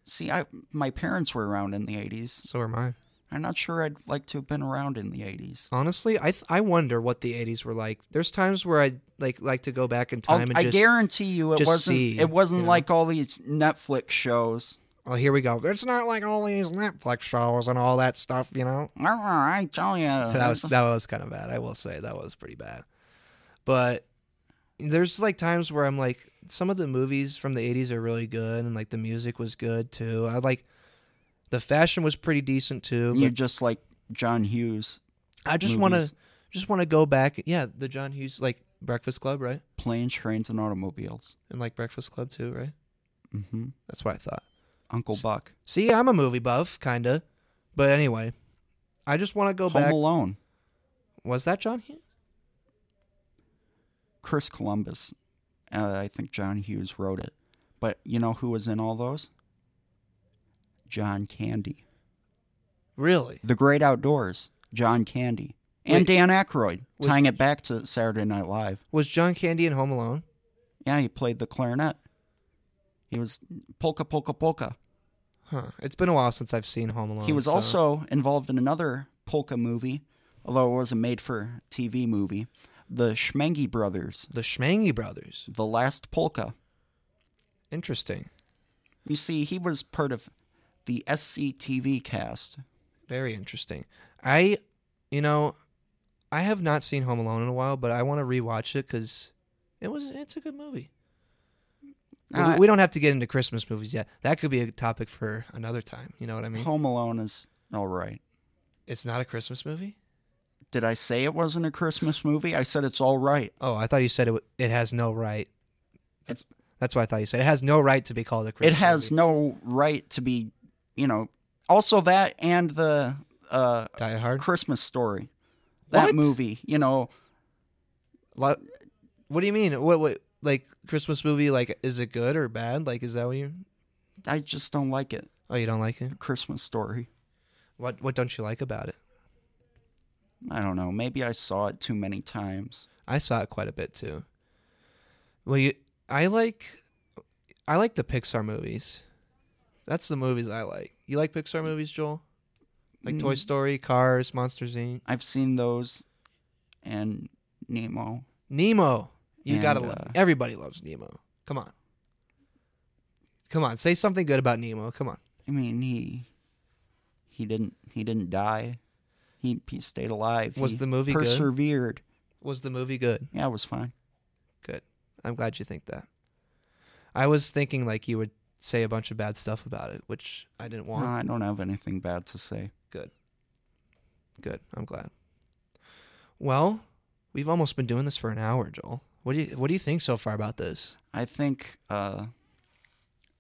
B: See, I my parents were around in the '80s.
A: So are mine.
B: I'm not sure I'd like to have been around in the '80s.
A: Honestly, I th- I wonder what the '80s were like. There's times where I like like to go back in
B: I'll-
A: time and
B: Oh, I
A: just.
B: guarantee you, it
A: just
B: wasn't.
A: see,
B: it wasn't
A: you know?
B: like all these Netflix shows.
A: oh, here we go. It's not like all these Netflix shows and all that stuff, you know.
B: "Arr, I tell you,
A: that was that was kind of bad. I will say that was pretty bad. But there's like times where I'm like, some of the movies from the '80s are really good, and like the music was good too. I like. The fashion was pretty decent too. but
B: you just like John Hughes,
A: I just want to
B: movies.
A: just want to go back. Yeah, the John Hughes like Breakfast Club, right?
B: planes, trains, and automobiles.
A: And like Breakfast Club too, right?
B: hmm
A: That's what I thought.
B: Uncle Buck.
A: See, I'm a movie buff, kinda. But anyway, I just want to go
B: Home
A: back.
B: Alone.
A: Was that John Hughes?
B: Chris Columbus. Uh, I think John Hughes wrote it. But you know who was in all those? John Candy.
A: Really?
B: The Great Outdoors. John Candy. And
A: Wait.
B: Dan Aykroyd.
A: Was-
B: tying it back to Saturday Night Live.
A: Was John Candy in Home Alone?
B: Yeah, he played the clarinet. He was polka polka polka.
A: Huh. It's been a while since I've seen Home Alone.
B: He was
A: so-
B: also involved in another polka movie, although it wasn't made for TV movie, The Schmengi Brothers,
A: the Schmangy Brothers.
B: The Last Polka.
A: Interesting.
B: You see, he was part of the SCTV cast.
A: Very interesting. I, you know, I have not seen Home Alone in a while, but I want to rewatch it because it was it's a good movie. We-
B: Uh,
A: we, don't have to get into Christmas movies yet. That could be a topic for another time. You know what I mean?
B: Home Alone is all right.
A: It's not a Christmas movie.
B: Did I say it wasn't a Christmas movie? I said it's all right.
A: Oh, I thought you said it. w- It has no right. That's
B: It's-
A: that's what I thought you said. It has no right to be called a Christmas.
B: it has
A: movie.
B: no right to be, you know. Also, that and the uh,
A: Die Hard.
B: Christmas story. That
A: What?
B: movie, you know,
A: Lo- What do you mean? What what like Christmas movie? Like is it good or bad? Like is that what you?
B: I just don't like it.
A: Oh, you don't like it.
B: Christmas story.
A: What what don't you like about it?
B: I don't know. Maybe I saw it too many times.
A: I saw it quite a bit too. Well, you, I like, I like the Pixar movies. That's the movies I like. You like Pixar movies, Joel? Like Toy Story, Cars, Monsters Inc.
B: I've seen those and Nemo.
A: Nemo. You
B: And,
A: gotta
B: uh,
A: love. Everybody loves Nemo. Come on. Come on, say something good about Nemo. Come on.
B: I mean, he he didn't he didn't die. He he stayed alive.
A: Was
B: He
A: the movie good?
B: persevered?
A: Was the movie good?
B: Yeah, it was fine.
A: Good. I'm glad you think that. I was thinking like you would say a bunch of bad stuff about it, which I didn't want.
B: No, I don't have anything bad to say.
A: Good. Good. I'm glad. Well, we've almost been doing this for an hour, Joel. What do you what do you think so far about this?
B: I think uh,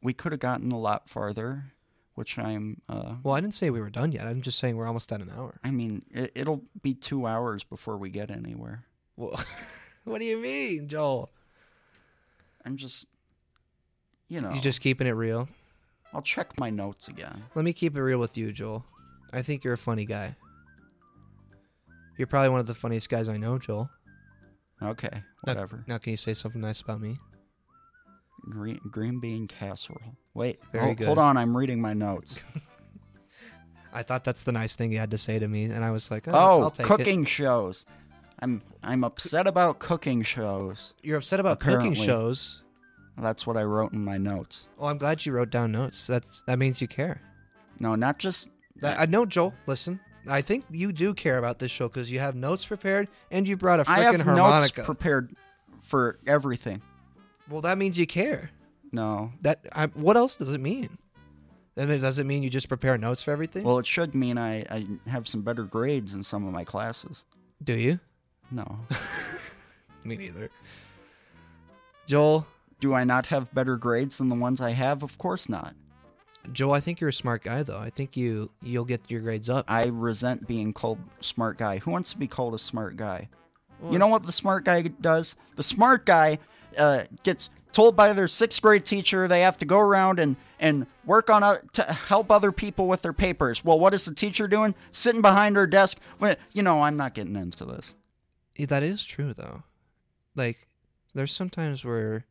B: we could have gotten a lot farther, which I'm. Uh,
A: Well, I didn't say we were done yet. I'm just saying we're almost at an hour.
B: I mean, it, it'll be two hours before we get anywhere.
A: Well, what do you mean, Joel?
B: I'm just, you know,
A: You just keeping it real?
B: I'll check my notes again.
A: Let me keep it real with you, Joel. I think you're a funny guy. You're probably one of the funniest guys I know, Joel.
B: Okay,
A: Now-
B: whatever.
A: Now, can you say something nice about me?
B: Green, green bean casserole. Wait,
A: Very
B: hol-
A: good.
B: hold on. I'm reading my notes.
A: I thought that's the nice thing you had to say to me, and I was like, oh,
B: Oh,
A: I'll take it.
B: cooking shows. I'm I'm upset about cooking shows.
A: You're upset about cooking
B: Apparently.
A: shows.
B: That's what I wrote in my notes.
A: Well, I'm glad you wrote down notes. That's that means you care.
B: No, not just.
A: I, I know, uh, Joel. Listen, I think you do care about this show because you have notes prepared and you brought a
B: I have
A: freaking harmonica.
B: notes prepared for everything.
A: well, that means you care.
B: No.
A: That I, what else does it mean? I mean, does it mean you just prepare notes for everything?
B: Well, it should mean I, I have some better grades in some of my classes.
A: do you?
B: No.
A: Me neither. Joel,
B: Do I not have better grades than the ones I have? Of course not.
A: Joel, I think you're a smart guy though. I think you you'll get your grades up.
B: I resent being called smart guy. Who wants to be called a smart guy? You know what the smart guy does? The smart guy uh, gets told by their sixth grade teacher they have to go around and, and work on o- to help other people with their papers. Well, what is the teacher doing? Sitting behind her desk. Well, you know, I'm not getting into this.
A: Yeah, That is true though. Like there's sometimes where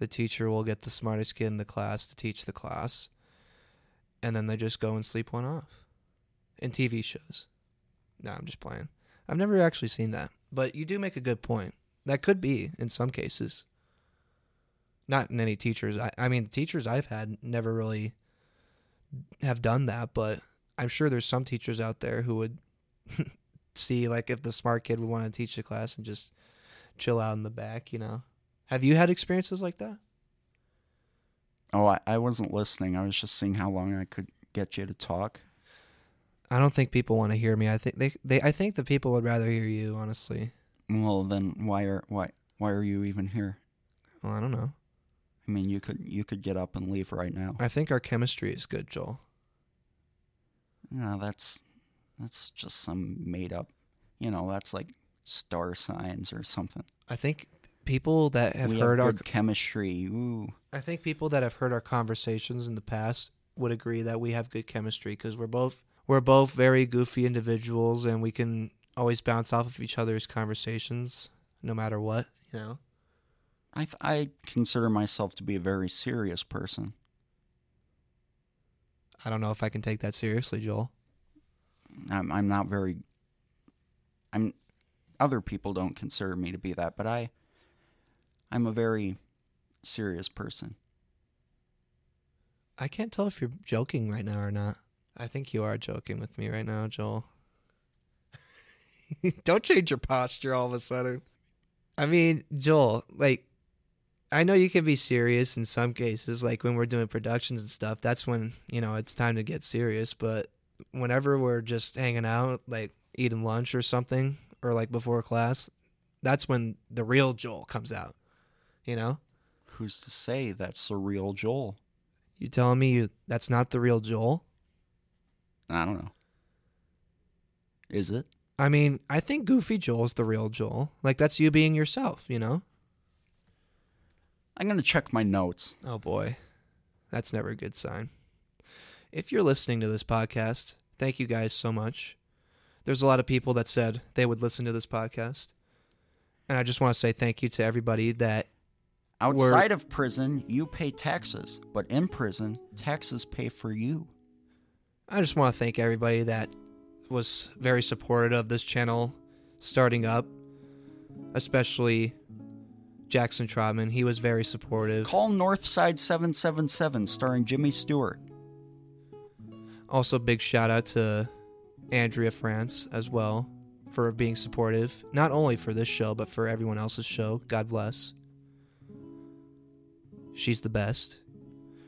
A: the teacher will get the smartest kid in the class to teach the class and then they just go and sleep one off. In TV shows. No, I'm just playing. I've never actually seen that. But you do make a good point. That could be in some cases. Not many teachers. I, I mean, teachers I've had never really have done that, but I'm sure there's some teachers out there who would see like if the smart kid would want to teach the class and just chill out in the back, you know. Have you had experiences like that?
B: Oh, I, I wasn't listening. I was just seeing how long I could get you to talk.
A: I don't think people want to hear me. I think they, they I think the people would rather hear you, honestly.
B: Well, then why are why why are you even here?
A: Well, I don't know.
B: I mean, you could you could get up and leave right now.
A: I think our chemistry is good, Joel.
B: No, that's That's just some made up, you know, that's like star signs or something.
A: I think people that have
B: we
A: heard
B: have
A: our
B: good chemistry. Ooh.
A: I think people that have heard our conversations in the past would agree that we have good chemistry because we're both we're both very goofy individuals and we can always bounce off of each other's conversations no matter what, you know.
B: I, th- I consider myself to be a very serious person.
A: I don't know if I can take that seriously, Joel.
B: I'm, I'm not very. I'm. Other people don't consider me to be that, but I. I'm a very serious person.
A: I can't tell if you're joking right now or not. I think you are joking with me right now, Joel. Don't change your posture all of a sudden. I mean, Joel, like, I know you can be serious in some cases, like when we're doing productions and stuff. That's when, you know, it's time to get serious. But whenever we're just hanging out, like eating lunch or something, or like before class, that's when the real Joel comes out, you know?
B: Who's to say that's the real Joel?
A: You telling me you that's not the real Joel?
B: I don't know. Is it?
A: I mean, I think Goofy Joel's the real Joel. Like that's you being yourself, you know?
B: I'm gonna check my notes.
A: Oh boy. That's never a good sign. If you're listening to this podcast, thank you guys so much. There's a lot of people that said they would listen to this podcast. And I just want to say thank you to everybody that
B: Outside of prison, you pay taxes, but in prison, taxes pay for you.
A: I just want to thank everybody that was very supportive of this channel starting up, especially Jackson Trotman. He was very supportive.
B: Call Northside 777 starring Jimmy Stewart.
A: Also, big shout out to Andrea France as well for being supportive, not only for this show, but for everyone else's show. God bless. She's the best.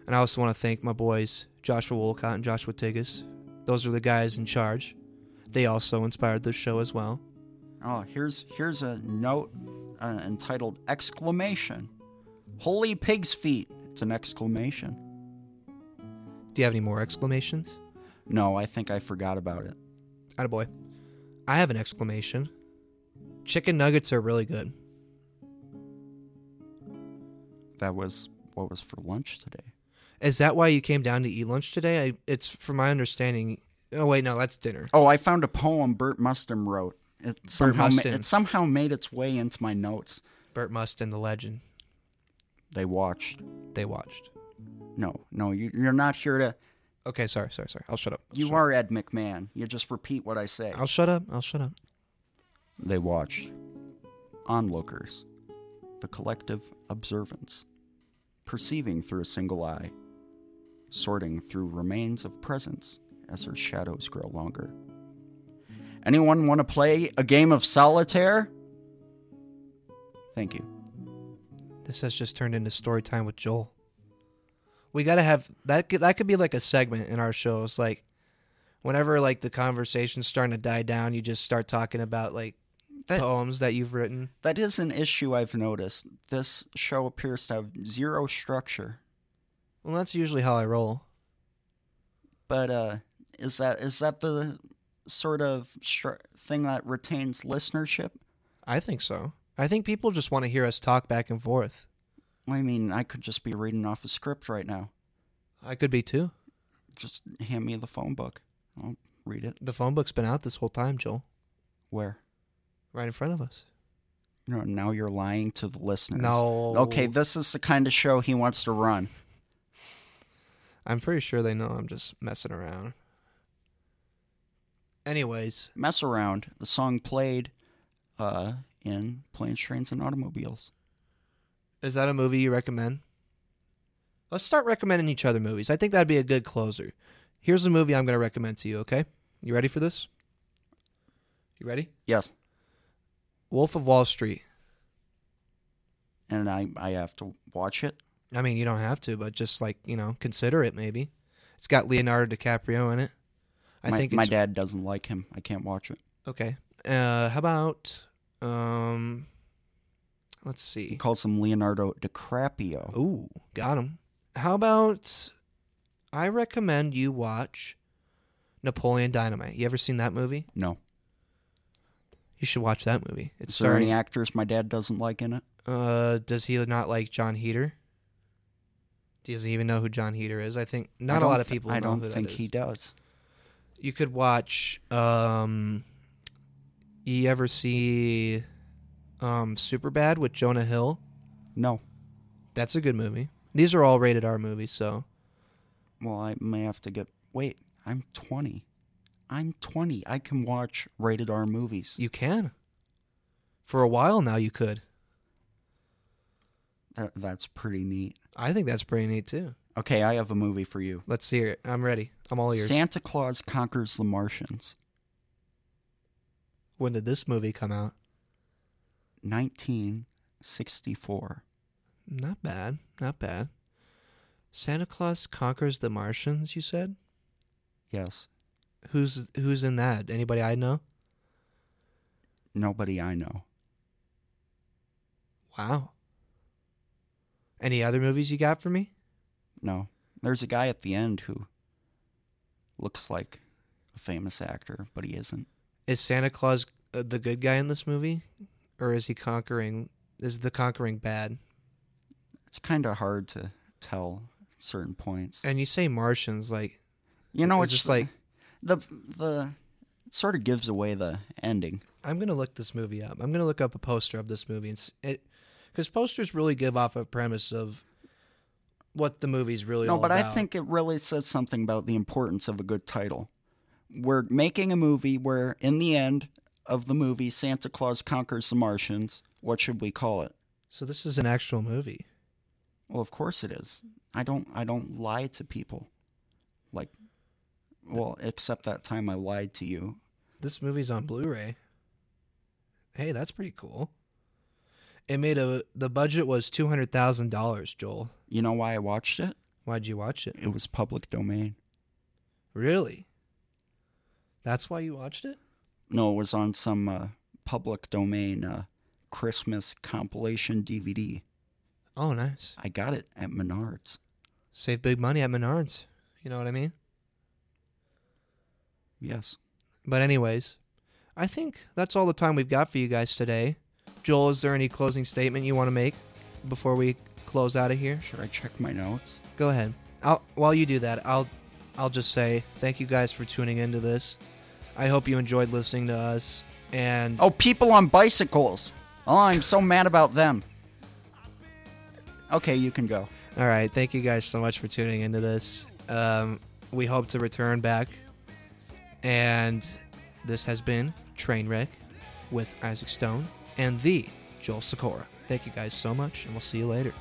A: And I also want to thank my boys, Joshua Wolcott and Joshua Tigges. Those are the guys in charge. They also inspired this show as well.
B: Oh, here's here's a note uh, entitled exclamation. Holy pig's feet. It's an exclamation.
A: Do you have any more exclamations?
B: No, I think I forgot about it.
A: Attaboy. I have an exclamation. Chicken nuggets are really good.
B: That was what was for lunch today.
A: Is that why you came down to eat lunch today? I, it's from my understanding. Oh wait, no, that's dinner.
B: Oh, I found a poem Bert Mustin wrote. It somehow ma-
A: Mustin.
B: it somehow made its way into my notes.
A: Burt Mustin, the legend.
B: They watched.
A: They watched.
B: No, no, you, you're not here to.
A: Okay, sorry, sorry, sorry. I'll shut up. I'll
B: You
A: shut
B: are Ed McMahon. You just repeat what I say.
A: Up. I'll shut up. I'll shut up.
B: They watched. Onlookers. The collective observance. Perceiving through a single eye. Sorting through remains of presence as her shadows grow longer. Anyone want to play a game of solitaire? Thank you.
A: This has just turned into story time with Joel. We gotta have that. Could, that could be like a segment in our shows. Like, whenever like the conversation's starting to die down, you just start talking about like
B: That-
A: poems that you've written.
B: That is an issue I've noticed. This show appears to have zero structure.
A: Well, that's usually how I roll.
B: But uh, is that is that the sort of stru- thing that retains listenership?
A: I think so. I think people just want to hear us talk back and forth.
B: I mean, I could just be reading off a script right now.
A: I could be too.
B: Just hand me the phone book. I'll read it.
A: The phone book's been out this whole time, Joel,
B: Where?
A: right in front of us.
B: No, now you're lying to the listeners.
A: No.
B: Okay, this is the kind of show he wants to run.
A: I'm pretty sure they know I'm just messing around. Anyways,
B: Mess around. The song played uh, in Planes, Trains, and Automobiles.
A: is that a movie you recommend? Let's start recommending each other movies. I think that'd be a good closer. Here's a movie I'm going to recommend to you, okay? You ready for this? You ready?
B: Yes,
A: Wolf of Wall Street.
B: and I, I have to watch it.
A: I mean, you don't have to, but just like, you know, consider it maybe. It's got Leonardo DiCaprio in it. I
B: my,
A: think
B: my
A: it's
B: dad doesn't like him. I can't watch it.
A: Okay. Uh, how about um, let's
B: He
A: see.
B: calls him Leonardo DiCaprio.
A: Ooh, got him. How about I recommend you watch Napoleon Dynamite. You ever seen that movie?
B: No.
A: You should watch that movie. It's
B: Is there
A: starring.
B: any actors my dad doesn't like in it?
A: Uh, does he not like John Heater? Does he even know who John Heater is? I think
B: I
A: not a
B: don't
A: lot of
B: thi-
A: people.
B: I
A: know
B: don't
A: who that
B: think
A: is.
B: he does.
A: You could watch. Um, you ever see, um, Superbad with Jonah Hill?
B: No.
A: That's a good movie. These are all rated R movies, so
B: Well, I may have to get. Wait, I'm 20. I'm 20. I can watch rated R movies.
A: you can. For a while now, you could.
B: That, that's pretty neat.
A: I think that's pretty neat too.
B: Okay, I have a movie for you.
A: Let's hear it. I'm ready. I'm all ears.
B: Santa Claus Conquers the Martians,
A: when did this movie come out?
B: 1964.
A: Not bad. Not bad. Santa Claus conquers the Martians. You said.
B: Yes,
A: Who's who's in that? Anybody I know?
B: nobody I know.
A: Wow. Any other movies you got for me?
B: No. There's a guy at the end who looks like a famous actor, but he isn't.
A: Is Santa Claus uh, the good guy in this movie, or is he conquering? Is the conquering bad?
B: It's kind of hard to tell at certain points.
A: And you say Martians, like
B: You know,
A: it's
B: it's
A: just Eh, like
B: the the it sort of gives away the ending.
A: I'm gonna look this movie up. I'm gonna look up a poster of this movie and s- it, because posters really give off a premise of what the movie's really.
B: No,
A: all
B: but I
A: about.
B: think it really says something about the importance of a good title. We're making a movie where, in the end of the movie, Santa Claus conquers the Martians. What should we call it?
A: so. This is an actual movie.
B: Well, of course it is. I don't. I don't lie to people. Like, well, except that time I lied to you.
A: This movie's on Blu-ray. Hey, that's pretty cool. It made a the budget was two hundred thousand dollars. Joel,
B: You know why I watched it?
A: why'd you watch it?
B: It was public domain.
A: Really? That's why you watched it?
B: No, it was on some uh, public domain uh, Christmas compilation DVD.
A: Oh, nice.
B: I got it at Menards.
A: Save big money at Menards. You know what I mean?
B: Yes.
A: But anyways, I think that's all the time we've got for you guys today. Joel, is there any closing statement you want to make before we close out of here?
B: Should I check my notes?
A: Go ahead. I'll, while you do that, I'll I'll just say thank you guys for tuning into this. I hope you enjoyed listening to us. And
B: Oh, people on bicycles. Oh, I'm so mad about them. Okay, you can go.
A: all right, thank you guys so much for tuning into this. Um, we hope to return back. And this has been Trainwreck with Isaac Stone and the Joel Sikora. Thank you guys so much, and we'll see you later.